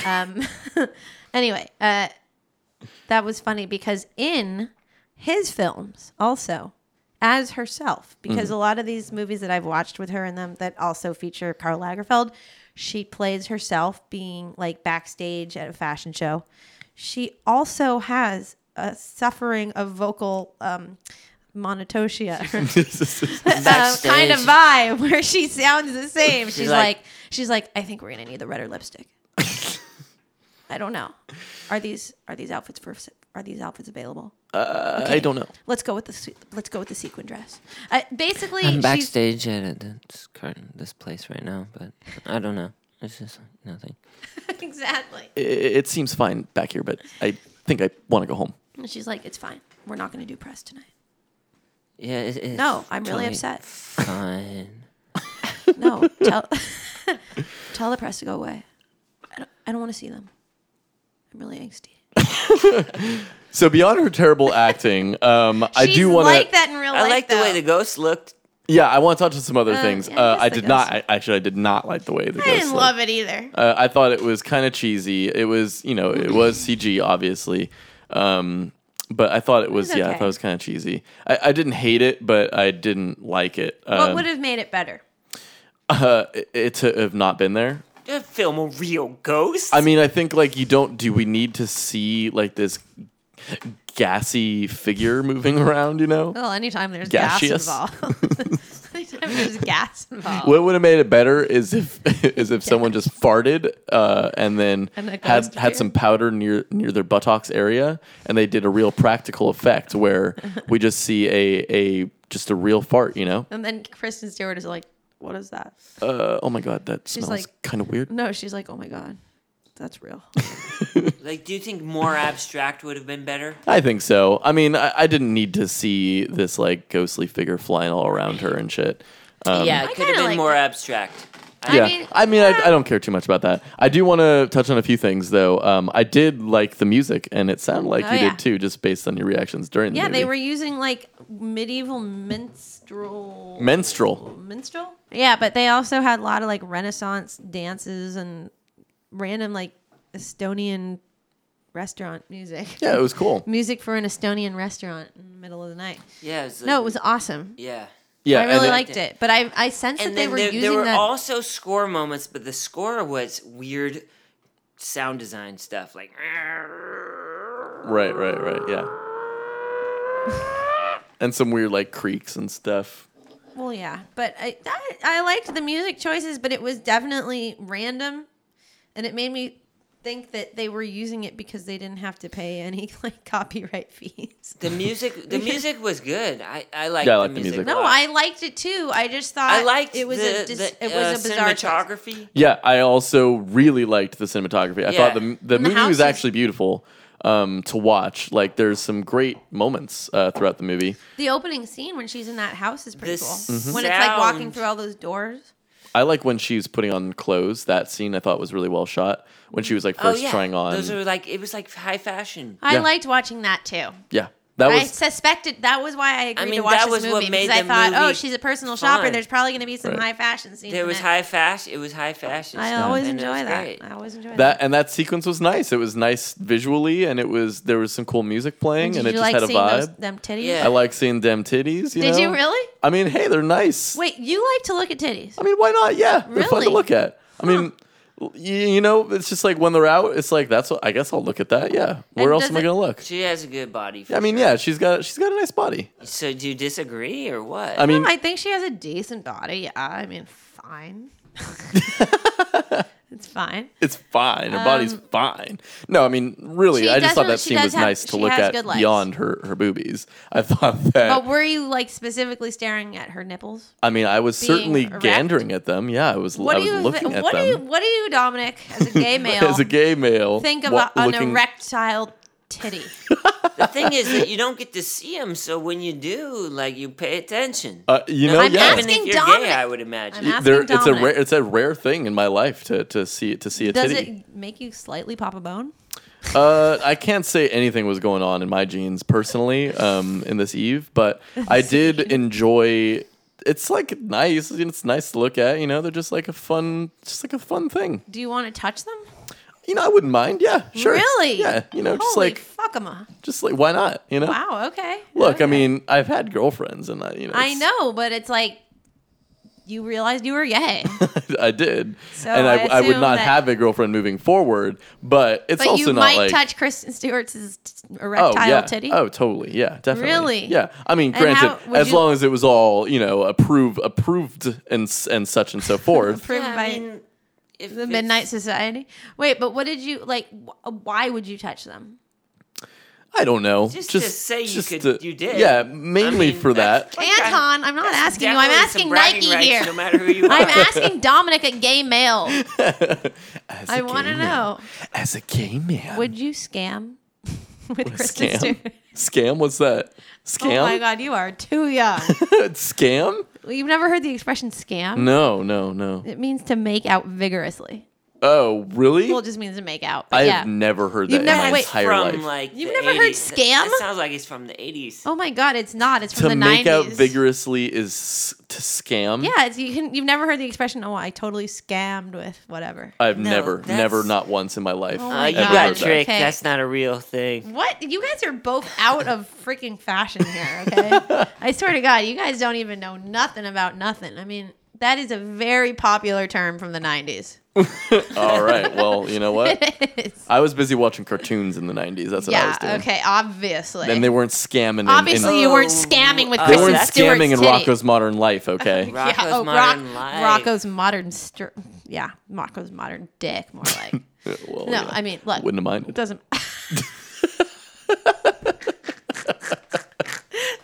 D: have. Um, anyway, uh, that was funny because in his films also as herself because a lot of these movies that I've watched with her in them that also feature Karl Lagerfeld, she plays herself being like backstage at a fashion show. She also has a suffering of vocal um, monotonia. um,
C: Backstage.
D: kind of vibe where she sounds the same. She's,
C: like-
D: like, she's like, I think we're gonna need the redder lipstick. I don't know. Are these are these outfits for are these outfits available?
A: Uh, I don't know.
D: Let's go with the se- let's go with the sequin dress. Uh, basically,
C: I'm
D: she's-
C: backstage at a, this, curtain- this place right now, but I don't know. It's just nothing.
D: exactly.
A: It, it seems fine back here, but I think I want to go home.
D: And she's like, it's fine. We're not gonna do press tonight.
C: Yeah. It, it's
D: No, I'm really
C: totally
D: upset.
C: Fine.
D: No, tell tell the press to go away. I don't, I don't want to see them. I'm really angsty.
A: So beyond her terrible acting, um, I
D: She's
A: do want to
D: like that in real life.
C: I like the way
D: though.
C: the ghost looked.
A: Yeah, I want to touch on some other things.
D: yeah, I
A: uh,
D: guess
A: I
D: the
A: did
D: ghost.
A: not. I, actually, I did not like the way the
D: I didn't
A: ghost looked.
D: love it either.
A: Uh, I thought it was kind of cheesy. It was, you know,
D: Mm.
A: it was CG, obviously, um, but I thought it was.
D: was
A: Yeah, I
D: okay.
A: thought it was kind of cheesy. I, I didn't hate it, but I didn't like it.
D: What
A: Um,
D: would have made it better?
A: uh, it, it to have not been there.
C: Uh, Film a real ghost.
A: I mean, I think like you don't. Do we need to see like this gassy figure moving around? You know.
D: Well, anytime there's
A: Gaseous.
D: gas involved. anytime
B: if there's gas involved.
A: What would have made it better is if is if someone just farted uh, and then
B: And the
A: had
B: ghost
A: had
B: appeared.
A: some powder near near their buttocks area, and they did a real practical effect where we just see a a just a real fart. You know,
B: And then Kristen Stewart is like, "What is that?"
A: uh, oh my god, that smells
B: like-
A: kind of weird.
B: No, she's like, "Oh my god, that's real."
C: Like, do you think more abstract would have been better?
A: I think so. I mean, I, I didn't need to see this like ghostly figure flying all around her and shit. Um,
C: yeah, it could have
B: kinda
C: been
B: like
C: more abstract.
A: yeah. I mean,
B: mean,
A: I, I, don't care too much about that. I do want to touch on a few things, though. Um, I did like the music, and it sounded like
B: Oh,
A: you
B: yeah.
A: did too, just based on your reactions during the
B: yeah,
A: movie.
B: they were using like medieval minstrel.
A: menstrual.
B: minstrel? Yeah, but they also had a lot of like Renaissance dances and random like Estonian restaurant music.
A: Yeah, it was cool.
B: Music for an Estonian restaurant in the middle of the night.
C: Yeah. It was like,
B: No, Oh, it was awesome.
C: Yeah.
A: Yeah,
B: I
A: and
B: really
A: it-
B: liked it, but I I sensed
C: and
B: that they
C: then
B: were
C: there,
B: using
C: there were
B: that.
C: also score moments, but the score was weird sound design stuff. Like,
A: Right, right, right. Yeah. and some weird like creaks and stuff.
B: well, yeah, but I, I I liked the music choices, but it was definitely random, and it made me think that they were using it because they didn't have to pay any like copyright fees.
C: the music, the music was good. I, I liked
A: Yeah, I
C: the
A: liked the
C: music.
A: music.
C: a
B: No,
C: lot.
B: I liked it too. I just thought
C: I liked
B: it was
C: the,
B: a dis-
C: the,
B: it was
C: uh,
B: a bizarre choice.
C: cinematography.
A: Yeah, I also really liked the cinematography. I
C: Yeah.
A: thought the the
B: And the
A: movie was
B: houses-
A: actually beautiful um, to watch. Like, there's some great moments uh, throughout the movie.
B: The opening scene when she's in that house is pretty
C: The
B: cool.
C: Mhm.
B: When it's like walking
C: sound.
B: through all those doors.
A: I like when she's putting on clothes. That scene I thought was really well shot. When she was like
C: Oh
A: first
C: yeah,
A: trying on,
C: Those were like it was like high fashion.
B: I
A: Yeah.
B: liked watching that too.
A: yeah, that
B: I
A: was
B: suspected that was why I agreed
C: mean,
B: to watch
C: that
B: this
C: was
B: movie
C: what made
B: because I
C: the
B: thought, oh,
C: movie
B: she's a personal
C: fun.
B: shopper. There's probably going to be some
A: Right.
B: high fashion scenes.
C: There
B: in
C: was
B: it.
C: high fashion. It was high fashion.
B: I
C: stuff,
B: always
C: and it
B: enjoy
C: was
B: that.
C: great.
B: I always enjoy
A: that, and that sequence was nice. It was nice visually, and it was there was some cool music playing, and,
B: Did you
A: it just
B: like
A: had a
B: seeing
A: vibe.
B: those them titties?
C: Yeah.
A: I like seeing them titties. You
B: Did
A: know?
B: you really?
A: I mean, hey, they're nice.
B: Wait, you like to look at titties?
A: I mean, why not? Yeah, they're fun to
B: Really?
A: look at. I mean, you, you know, it's just like when they're out, it's like that's what I guess I'll look at that. Yeah, where
B: And
A: else
B: does
A: am I
B: it-
A: gonna look?
C: She has a good body. For
A: I mean, yeah, she's got she's got a nice body.
C: sure. So do you disagree or what?
A: I mean,
B: I think she has a decent body. Yeah, I mean, fine. it's fine.
A: it's fine. Her body's fine. No, I mean, really,
B: Um, she
A: I just
B: does
A: thought
B: really-
A: that
B: she
A: scene
B: does
A: was
B: have-
A: nice to
B: she
A: look
B: has
A: at
B: good legs.
A: beyond her her boobies. I thought that.
B: But were you like specifically staring at her nipples?
A: I mean, I was certainly
B: erect?
A: gandering at them. Yeah, I was.
B: What
A: I
B: do
A: was
B: you?
A: looking at
B: what
A: them
B: do you? What do you, Dominic, as a gay male,
A: as a gay male.
B: think
A: wa-
B: about an
A: looking-
B: erectile titty?
C: the thing is that you don't get to see them, so when you do, like you pay attention.
A: Uh, you know,
B: I'm
A: yeah.
C: Even if
B: asking
C: you're
B: Dominic.
C: gay, I would imagine.
B: I'm asking
A: There, it's a
B: Dominic.
A: rare, it's a rare thing in my life to to see to see a
B: Does
A: titty.
B: it make you slightly pop a bone?
A: Uh, I can't say anything was going on in my jeans personally um, in this eve, but I did enjoy. It's like nice. you know, It's nice to look at. You know, they're just like a fun, just like a fun thing.
B: Do you want to touch them?
A: You know, I wouldn't mind. Yeah, sure.
B: Really?
A: Yeah. You know, just
B: Holy
A: like,
B: fuck 'em a-
A: just like, why not? You know.
B: Wow. Okay.
A: Look,
B: Okay.
A: I mean, I've had girlfriends, and I, you know,
B: I
A: it's-
B: know, but it's like you realized you were gay,
A: I did,
B: So
A: and I,
B: I
A: I, would
B: assume
A: not
B: that-
A: have a girlfriend moving forward. But it's
B: but
A: also
B: you
A: not
B: might
A: like
B: touch Kristen Stewart's t-
A: Oh
B: erectile
A: yeah.
B: titty.
A: Oh, totally. Yeah, definitely.
B: Really?
A: Yeah. I mean,
B: And how-
A: granted,
B: would
A: as
B: you-
A: long as it was all you know approved, approved, and s- and such and so forth.
B: Approved
C: Yeah,
B: by
C: I mean, if
B: the
C: it's-
B: Midnight Society. Wait, but what did you like? Wh- why would you touch them?
A: I don't know.
C: Just to say you could- you did.
A: Yeah,
C: I
A: mainly
C: mean,
A: for that.
C: that's-
B: Anton, I'm not asking you. I'm
C: Definitely some
B: asking
C: bragging
B: Nike
C: rights,
B: here.
C: No matter who you are.
B: I'm asking Dominic, a gay male.
A: As
B: I
A: a
B: want
A: gay
B: to
A: man-
B: know.
A: As a gay man,
B: Would you scam with Kristen
A: scam?
B: Stewart?
A: scam? What's that? Scam?
B: Oh my god, you are too young.
A: scam?
B: You've never heard the expression scam?
A: No, no, no.
B: It means to make out vigorously.
A: Oh, really?
B: Well, it just means to make out. But
A: I
B: yeah.
A: have never heard that
B: You've
A: in
B: never-
A: my
B: wait,
A: entire
C: from
A: life.
C: like
B: You've
C: the
B: never heard
C: 80s.
B: scam?
C: That sounds like it's from the 80s.
B: oh my god, it's not. It's from
A: to
B: the
A: make
B: 90s.
A: out vigorously is s- to scam.
B: Yeah, it's, you can. You've never heard the expression. Oh, I totally scammed with whatever.
A: I've
C: No,
A: never,
C: that's-
A: never, not once in my life.
B: Oh
C: Uh,
B: my
A: ever
C: you
B: God.
A: heard
C: got
A: that.
C: tricked.
B: Okay.
C: That's not a real thing.
B: what you guys are both out of freaking fashion here. Okay, I swear to God, you guys don't even know nothing about nothing. I mean, that is a very popular term from the '90s.
A: All right. Well, you know what?
D: It is.
A: I was busy watching cartoons in the 90s. That's what I was doing.
D: Yeah. Okay. Obviously.
A: And they weren't scamming. In,
D: Obviously,
A: in, Uh,
D: you weren't scamming with
C: They
A: they
D: Kristen
A: weren't
C: that's-
D: Stewart's
A: scamming in
D: titty.
A: Rocco's Modern Life. Okay.
C: Rocco's
D: yeah, oh,
C: Modern
D: Rock,
C: Life.
D: Rocco's modern, stir yeah, Rocco's modern dick, more like.
A: Well,
D: no,
A: yeah.
D: I mean, uh, look,
A: wouldn't have
D: it
A: minded.
D: doesn't.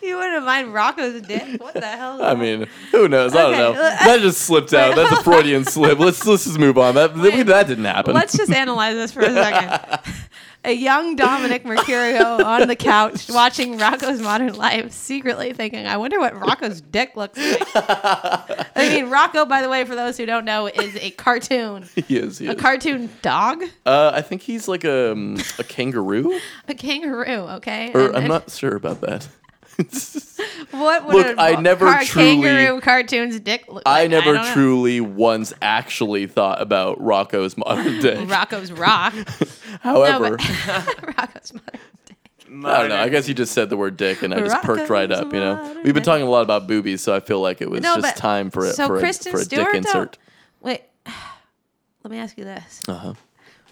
D: you wouldn't mind Rocco's dick? What the hell?
A: I mean, who knows? I don't
D: Okay,
A: know.
D: uh, well,
A: That just slipped out. That's a Freudian slip. Let's let's just move on. That
D: Wait.
A: that didn't happen.
D: Let's just analyze this for a second. A young Dominic Mercurio on the couch watching Rocco's Modern Life, secretly thinking, I wonder what Rocco's dick looks like. I mean, Rocco, by the way, for those who don't know, is a cartoon.
A: he is. He
D: A
A: is.
D: cartoon dog?
A: uh, I think he's like a um, a kangaroo,
D: A kangaroo, okay?
A: or
D: And-
A: Er, I'm
D: and
A: not sure about that.
D: what would
A: Look,
D: a
A: I never
D: car-
A: truly-
D: kangaroo cartoon's dick look
A: I
D: like?
A: never
D: don't know.
A: truly once actually thought about Rocco's modern day.
D: Rocco's rock.
A: However,
D: Rocco's modern dick.
A: I don't know. I guess you just said the word dick, and I just perked right up. You know, we've been talking a lot about boobies, so I feel like it was
D: No,
A: just
D: but-
A: time for it
D: so
A: for, a,
D: Kristen
A: for a dick
D: Stewart, though-
A: insert.
D: Wait, let me ask you this.
A: Uh-huh.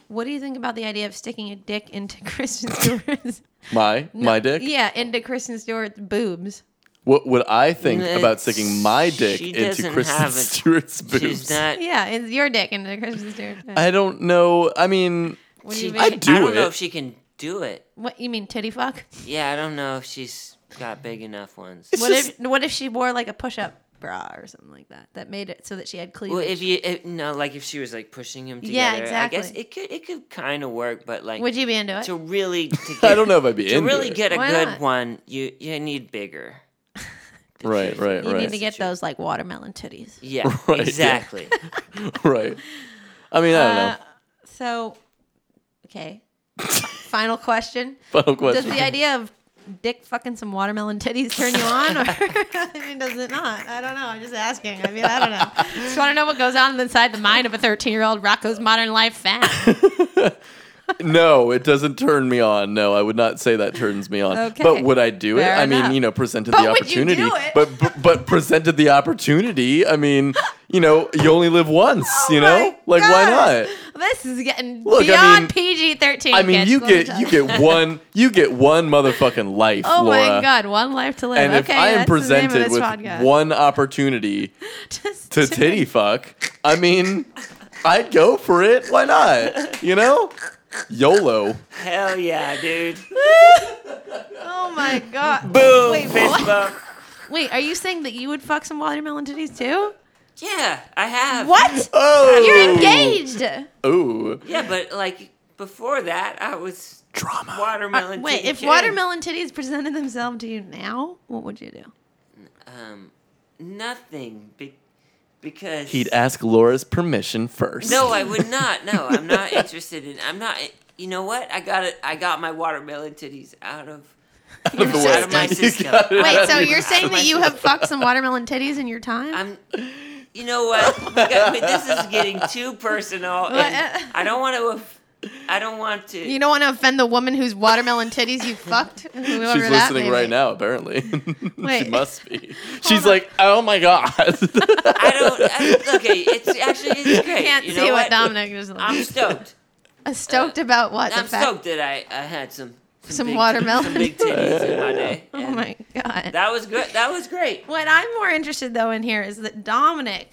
D: What do you think about the idea of sticking a dick into Kristen Stewart's?
A: My my dick.
D: yeah, into Kristen Stewart's boobs.
A: What would I think
C: It's-
A: about sticking my dick
C: she
A: into
C: doesn't
A: Kristen
C: have it.
A: Stewart's
C: She's
A: boobs?
C: not.
D: Yeah, it's your dick into Kristen Stewart's. boobs.
A: I don't know. I mean,
D: what do
C: She,
D: you
A: I
D: mean?
A: do
C: don't know
A: it.
C: if she can do it.
D: what you mean titty fuck?
C: Yeah, I don't know if she's got big enough ones.
A: It's
D: What
A: just-
D: if what if she wore like a push up bra or something like that that made it so that she had cleavage,
C: Well, if you if, no, like if she was like pushing him together,
D: Yeah,
C: I guess
D: exactly.
C: it could it could kind of work, but like
D: would you be into it?
C: to really to get,
A: I don't know if I'd be
C: to
A: into
C: really
A: it.
C: get a
D: Why
C: good
D: not?
C: one, you you need bigger.
A: right, right,
D: you
A: right,
D: need to get those like watermelon titties.
C: Yeah,
A: Right, yeah.
C: exactly.
A: right. I mean, I don't
D: Uh,
A: know.
D: So, okay. Final question.
A: Final question.
D: Does the idea of dick fucking some watermelon titties turn you on, or I mean, does it not? I don't know. I'm just asking. I mean, I don't know. Just want to know what goes on inside the mind of a 13 year old Rocco's modern life fan.
A: no, it doesn't turn me on. No, I would not say that turns me on.
D: Okay.
A: But would I do it?
D: Fair
A: I mean,
D: enough.
A: you know, presented the
D: would you do
A: opportunity.
D: it?
A: But but- but presented the opportunity. I mean, you know, you only live once. you know,
D: Oh my
A: like why
D: gosh.
A: not?
D: This is getting
A: Look, I
D: beyond
A: mean-
D: PG 13.
A: I mean, you get you get one you get one motherfucking life,
D: Oh
A: Laura.
D: my God! One life to live.
A: And if
D: okay,
A: I am
D: that's the name of
A: presented
D: this
A: with
D: podcast.
A: one opportunity
D: Just
A: to titty fuck, I mean, I'd go for it. Why not? You know, YOLO.
C: Hell yeah, dude.
D: Oh my God!
C: Boom.
D: Wait,
C: fist
D: what?
C: bump.
D: Wait, are you saying that you would fuck some watermelon titties too?
C: Yeah, I have.
D: What?
A: Oh,
D: You're engaged.
A: Ooh,
C: Yeah, but like before that, I was
A: drama.
C: watermelon.
D: Uh, Wait,
C: titty
D: if
C: kid.
D: watermelon titties presented themselves to you now, what would you do?
C: um, nothing be- because
A: He'd ask Laura's permission first.
C: No, I would not. No, I'm not interested in. I'm not. You know what? I got it. I got my watermelon titties out of.
A: Out of the
C: Out of my
A: You
C: system.
A: got it out
D: Wait,
A: of
D: so
A: your-
D: you're saying that you have fucked some watermelon titties in your time?
C: I'm. You know what? We got- I mean, this is getting too personal, and I don't want to. I don't want to.
D: you don't want to offend the woman whose watermelon titties you fucked. Whoever
A: She's
D: that may
A: listening right
D: be.
A: now, apparently. she
D: Wait.
A: must be. She's like, oh my god.
C: I don't. I, okay, it's actually it's great.
D: I can't
C: you know
D: see what
C: what?
D: Dominic just.
C: I'm stoked.
D: I'm stoked about what
C: I'm
D: the fact.
C: stoked that I, I had some
D: Some
C: big-
D: watermelon.
C: some big titties in my day.
D: Oh my god.
C: That was good. That was great.
D: what I'm more interested though in here is that Dominic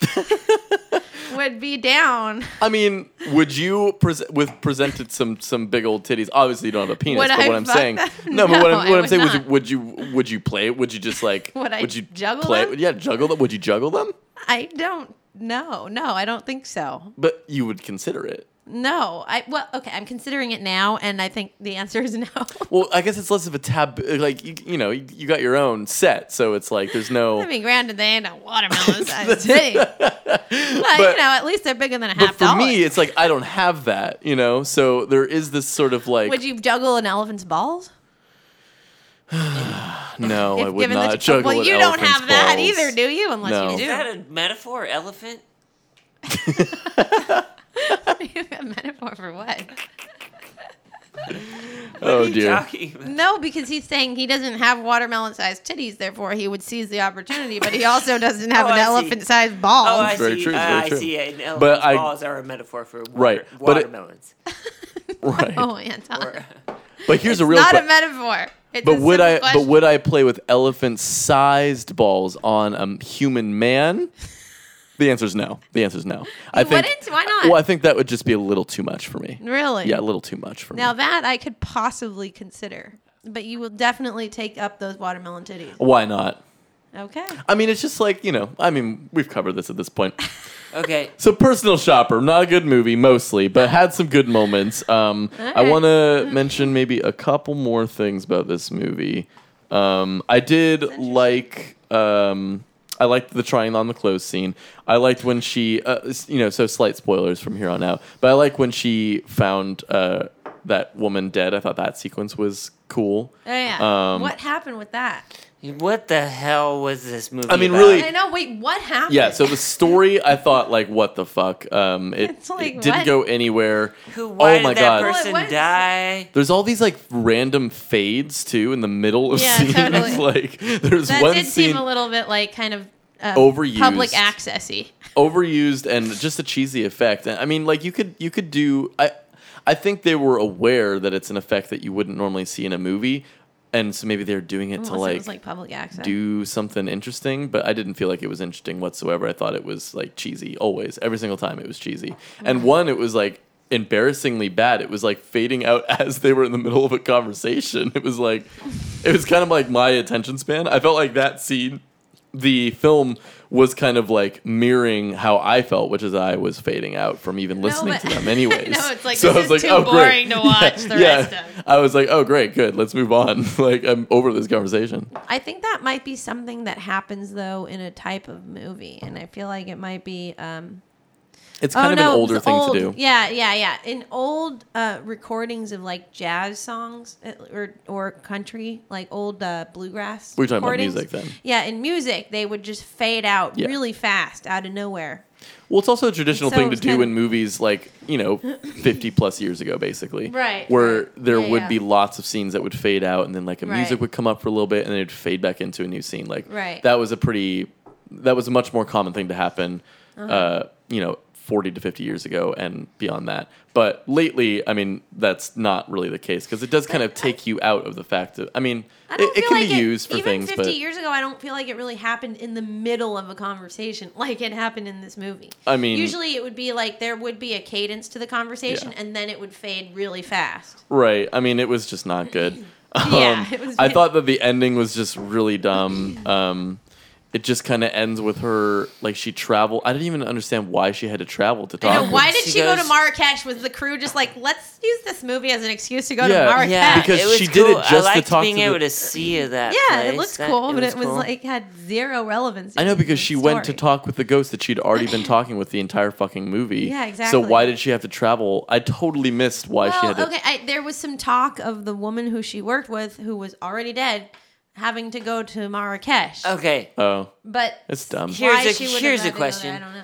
D: would be down.
A: I mean, would you pres with presented some some big old titties? Obviously, you don't have a penis,
D: Would
A: but
D: I
A: what I'm
D: fuck
A: saying,
D: that?
A: no, but what
D: No,
A: I'm,
D: I
A: what I'm
D: would
A: saying was,
D: not.
A: would you would you play? it? Would you just like
D: Would I
A: you
D: juggle
A: play?
D: them?
A: it? Yeah, juggle them. Would you juggle them?
D: I don't know. No, I don't think so.
A: But you would consider it.
D: No, I well, okay. I'm considering it now, and I think the answer is no.
A: Well, I guess it's less of a taboo. Like you, you know, you, you got your own set, so it's like there's no.
D: I mean, granted, they ain't a watermelon sized titty, but, you know, at least they're bigger than a
A: but
D: half
A: for
D: dollar.
A: me, it's like I don't have that, you know. So there is this sort of like,
D: would you juggle an elephant's balls?
A: no, I would
D: given the
A: not
D: t-
A: juggle.
D: Well,
A: an
D: you don't
A: elephant's
D: have that
A: balls.
D: either, do you? Unless
A: No.
D: you
C: Is
D: do.
C: that a metaphor? Elephant?
D: You have metaphor for what?
A: Oh,
C: are you
A: dear.
C: talking about?
B: No, because he's saying he doesn't have watermelon sized titties, therefore he would seize the opportunity, but he also doesn't have
C: Oh,
B: an
C: I see.
B: elephant sized ball.
C: Oh, I
A: very
C: see.
A: true, it's
C: uh,
A: very
C: I
A: true.
C: see. And elephant
A: But I-
C: balls are a metaphor for water,
A: Right, but it-
C: watermelons.
A: right.
B: oh, Anton.
C: or,
A: But here's a real
B: Not
A: que-
B: a metaphor. It's
A: But
B: a
A: would
B: simple
A: I?
B: question.
A: But would I play with elephant-sized balls on a m- human man? The answer's no. The answer's no. I think.
B: wouldn't? Why not?
A: Well, I think that would just be a little too much for me.
B: Really?
A: Yeah, a little too much for
B: Now
A: me.
B: that I could possibly consider, but you will definitely take up those watermelon titties.
A: Why not?
B: Okay.
A: I mean, it's just like you know. I mean, we've covered this at this point.
C: okay.
A: So, Personal Shopper, not a good movie mostly, but had some good moments. Um, I want to mention maybe a couple more things about this movie. Um, I did like. Um, I liked the trying on the clothes scene. I liked when she, uh, s- you know, so slight spoilers from here on out, but I like when she found uh, that woman dead. I thought that sequence was cool.
B: Oh, yeah.
A: Um,
B: what happened with that?
C: What the hell was this movie?
A: I mean,
C: about?
A: really-
B: I know. Wait, what happened?
A: Yeah, so the story, I thought, like, what the fuck? Um, it,
B: It's like,
A: it didn't
B: what?
A: go anywhere.
C: Who? Why
A: oh my
C: did
A: god!
C: that person
B: Well, it was-
C: die?
A: There's all these like random fades too in the middle of
B: Yeah,
A: scenes.
B: totally.
A: Like there's
B: that
A: one
B: did
A: scene
B: seem a little bit like kind of uh,
A: Overused.
B: public accessy.
A: overused and just a cheesy effect. And I mean, like you could you could do. I I think they were aware that it's an effect that you wouldn't normally see in a movie, and so maybe they're doing it to
B: Unless it
A: like,
B: was like public access.
A: do something interesting. But I didn't feel like it was interesting whatsoever. I thought it was like cheesy always. Every single time it was cheesy. And one, it was like embarrassingly bad. It was like fading out as they were in the middle of a conversation. It was like it was kind of like my attention span. I felt like that scene, the film was kind of like mirroring how I felt, which is I was fading out from even listening
B: but-
A: to them, anyways.
B: No, it's like,
A: so I
B: this
A: was
B: is
A: like,
B: too
A: oh,
B: boring
A: great.
B: to watch the rest of.
A: I was like, oh, great, good. Let's move on. like I'm over this conversation.
B: I think that might be something that happens though in a type of movie, and I feel like it might
D: uh,
B: be. Um,
A: It's kind of
B: oh no,
A: an older
B: it's
A: thing
B: old.
A: to do.
B: Yeah, yeah, yeah. In old uh, recordings of like jazz songs uh, or or country, like old uh, bluegrass.
A: We're talking about
B: recordings.
A: music then.
B: Yeah, in music, they would just fade out
A: Yeah.
B: really fast out of nowhere.
A: Well, it's also a traditional
B: So
A: thing to
B: it's
A: do
B: kind
A: in
B: of-
A: movies like, you know, 50 plus years ago, basically.
B: Right,
A: Where
B: right.
A: there
B: Yeah,
A: would
B: yeah.
A: be lots of scenes that would fade out and then like a music
B: Right.
A: would come up for a little bit and then it'd fade back into a new scene. Like,
B: Right.
A: that was a pretty, that was a much more common thing to happen, uh
B: Uh-huh.
A: you know, 40 to 50 years ago and beyond that. But lately, I mean, that's not really the case because it does kind of take you out of the fact of, I mean,
B: I
A: it,
B: don't
A: it
B: feel
A: can
B: like
A: be used for
B: even
A: things,
B: 50
A: but
B: years ago, I don't feel like it really happened in the middle of a conversation like it happened in this movie.
A: I mean-
B: usually it would be like there would be a cadence to the conversation
A: Yeah.
B: and then it would fade really fast.
A: Right. I mean, it was just not good. Um,
B: Yeah, it was
A: I
B: really-
A: thought that the ending was just really dumb. Um, it just kind of ends with her like she traveled. I didn't even understand why she had to travel to
B: I
A: talk.
B: know, why
A: with-
B: did
C: She
B: she go to
C: goes-
B: Marrakesh? Was the crew just like, let's use this movie as an excuse to go
A: Yeah.
B: to Marrakesh?
C: Yeah,
A: Because
C: it was
A: she did it
C: cool.
A: just to
C: I liked
A: talk
C: being
A: to the-
C: able to see that.
B: Yeah, it
C: place.
B: looks
C: That-
B: cool, but it was
C: cool.
B: like had zero relevance.
A: I know
B: to the
A: because she went to
B: story.
A: talk with the ghost that she'd already been talking with the entire fucking movie.
B: Yeah,
A: So
B: exactly.
A: why did she have to travel? I totally missed why she had
B: Well,
A: to.
B: Oh, okay. I, there was some talk of the woman who she worked with, who was already dead, having to go to Marrakesh.
C: Okay,
A: Oh,
B: But
A: that's dumb.
C: Here's
B: why
C: a-
B: she would have
C: here's a
B: had to go there,
C: question.
B: I don't know.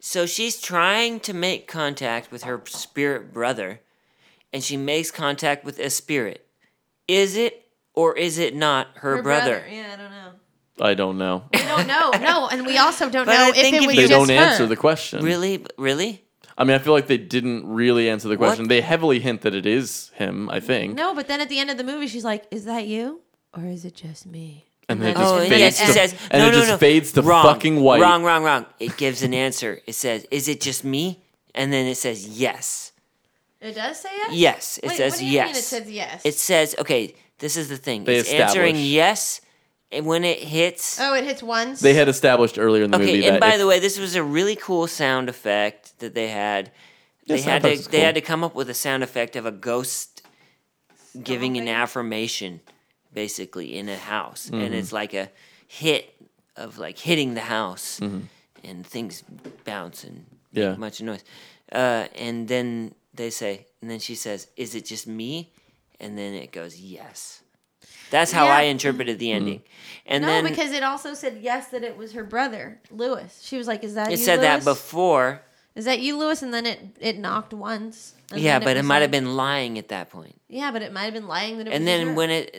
C: so she's trying to make contact with her spirit brother, and she makes contact with a spirit. Is it or is it not her,
B: Her
C: brother?
B: Yeah, I don't know.
A: I don't know.
B: We don't know. No, and we also don't
C: But I
B: know if
C: think
B: it
C: if
B: was
A: they
C: you-
B: just
A: don't
B: her.
A: answer the question.
C: Really, really?
A: I mean, I feel like they didn't really answer the
C: What?
A: question. They heavily hint that it is him. I think.
B: No, but then at the end of the movie, she's like, "Is that you, or is it just me?"
A: And then it
C: Oh,
A: just
C: and yeah,
A: fades
C: she
A: to,
C: says,
A: and
C: no,
A: it
C: no,
A: just
C: no.
A: fades to
C: wrong,
A: fucking white.
C: Wrong, wrong, wrong. It gives an answer. It says, "Is it just me?" And then it says, "Yes,
B: It does say yes.
C: yes." It
B: Wait,
C: says
B: what do you
C: yes.
B: mean it says yes?
C: It says, "Okay, this is the thing.
A: They
C: it's answering
A: establish.
C: yes, and when it hits."
B: oh, it hits once.
A: They had established earlier in the
C: okay,
A: movie
C: and
A: that
C: by
A: if-
C: the way, this was a really cool sound effect that they had. They
A: sound
C: had to
A: effects is
C: they
A: cool.
C: had to come up with a sound effect of a ghost giving an affirmation, basically in a house,
A: Mm-hmm.
C: and it's like a hit of like hitting the house, and things bounce and make
A: Mm-hmm. Yeah.
C: much noise, uh, and then they say, and then she says, "Is it just me?" And then it goes, "Yes." That's how
B: Yeah.
C: I interpreted the ending,
A: Mm-hmm.
C: and
B: no,
C: then
B: because it also said yes that it was her brother, Lewis. She was like, "Is that
C: it
B: you,
C: said that
B: Lewis?
C: before.
D: Is that you, Lewis? And then it it knocked once. and
C: yeah,
D: then
C: but it
D: was
C: might have
D: like-
C: been lying at that point.
D: Yeah, but it might have been lying that it was.
C: and then
D: her.
C: when it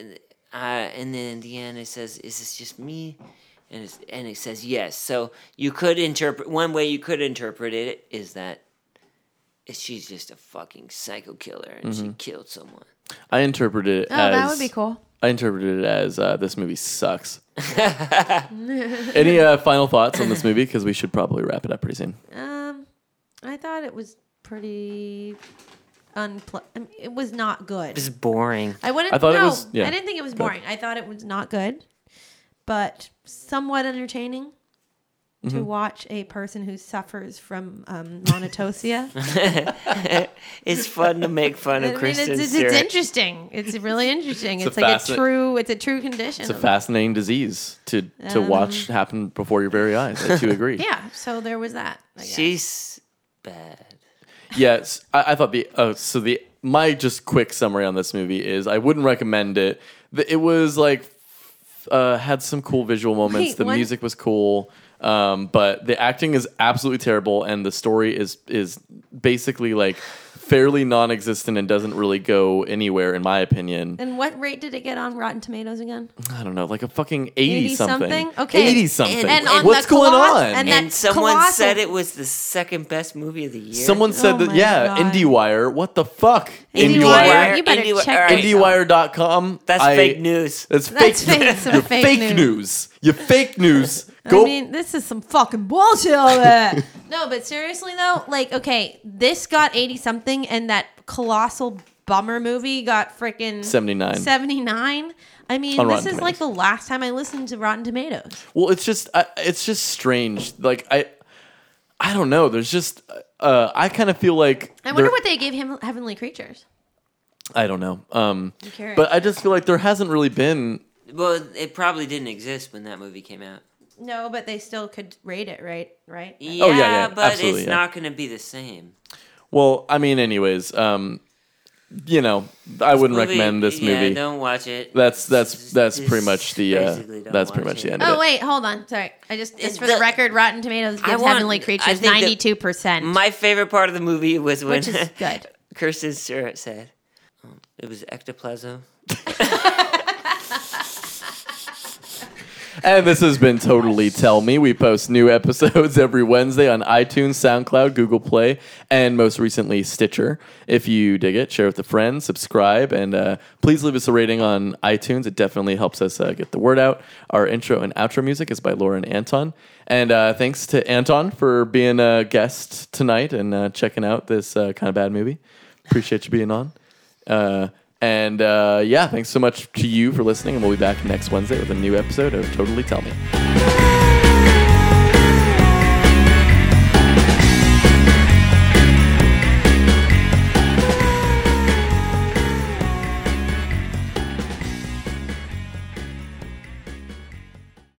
C: uh, and then in the end it says is this just me and it's, and it says yes so you could interpret one way you could interpret it is that she's just a fucking psycho killer and
D: Mm-hmm.
C: she killed someone
A: I interpreted it
D: oh,
A: as
D: that would be cool.
A: I interpreted it as uh, this movie sucks. Any uh, final thoughts on this movie? Because we should probably wrap it up pretty soon.
D: Um, I thought it was pretty unpleasant. I mean, it was not good.
C: it's boring
D: I wouldn't.
A: I thought it
D: no,
A: was- yeah,
D: I didn't think it was boring. I thought it was not good, but somewhat entertaining
A: Mm-hmm.
D: to watch a person who suffers from um, monotosia.
C: it's fun to make fun
D: I
C: of
D: mean, it's,
C: Kristen
D: it's,
C: Stewart.
D: it's interesting. It's really interesting.
A: It's
D: It's,
A: a
D: like
A: fascin-
D: a true. It's a true condition.
A: It's a fascinating disease to to
D: Um,
A: watch happen before your very eyes. I do agree.
D: yeah. So there was that. I guess.
C: she's bad
A: Yes, I, I thought the oh so the my just quick summary on this movie is I wouldn't recommend it. The- It was like uh, had some cool visual moments.
D: Wait,
A: the
D: one-
A: music was cool, um, but the acting is absolutely terrible, and the story is is basically like fairly non-existent and doesn't really go anywhere in my opinion.
D: and what rate did it get on Rotten Tomatoes again?
A: I don't know, like a fucking eighty,
D: 80
A: something.
D: something? Okay.
A: eighty something.
C: And on
A: What's
D: the
A: going
D: clock-
A: on?
D: and
C: and
D: That's
C: someone said
D: colossal.
C: it was the second best movie of the year
A: Someone said
D: Oh
A: that
D: my
A: yeah,
D: God.
A: IndieWire. What the fuck?
D: IndieWire. You better
C: IndieWire-
D: check
C: all right, um,
A: IndieWire.com.
C: that's
A: I-
C: fake news
A: That's fake,
D: That's fake- some
A: You're
D: fake
A: fake news. You fake news. Go.
D: I mean, this is some fucking bullshit over there. no, but seriously though, like, okay, this got eighty something, and that colossal bummer movie got freaking
A: 79.
D: Seventy nine. I mean,
A: On
D: this
A: Rotten
D: is like the last time I listened to Rotten Tomatoes.
A: well, it's just I, it's just strange. Like I, I don't know. There's just uh, I kind of feel like
D: I wonder
A: there-
D: what they gave him Heavenly Creatures.
A: I don't know. Um,
D: curious.
A: but I just feel like there hasn't really been.
C: well it probably didn't exist when that movie came out
D: No, but they still could rate it, right? Right?
C: yeah,
A: Oh, yeah, yeah,
C: but
A: absolutely,
C: it's
A: yeah.
C: not going to be the same
A: Well, I mean, anyways, um, you know, I wouldn't
C: Movie-
A: recommend this
C: yeah,
A: movie.
C: don't watch it.
A: That's that's
C: Just-
A: that's
C: just
A: pretty much the uh,
C: basically don't
A: that's pretty
C: watch
A: much
C: it.
A: the end of
D: Oh
A: it.
D: wait, hold on. Sorry, I just it's for
C: the-
D: the, record. Rotten Tomatoes
C: I
D: gives
C: want-
D: Heavenly
C: I
D: Creatures
C: think that-
D: ninety two percent,
C: My favorite part of the movie was when
D: which is good.
C: Kirsten Stewart said, um, "It was ectoplasm."
A: And this has been Totally Tell Me. We post new episodes every Wednesday on iTunes, SoundCloud, Google Play, and most recently Stitcher. If you dig it, share with a friend, subscribe, and uh, please leave us a rating on iTunes. It definitely helps us uh, get the word out. Our intro and outro music is by Lauren Anton. And uh, thanks to Anton for being a guest tonight and uh, checking out this uh, kind of bad movie. Appreciate you being on. Uh, and uh, yeah, thanks so much to you for listening. And we'll be back next Wednesday with a new episode of Totally Tell Me.
G: Thank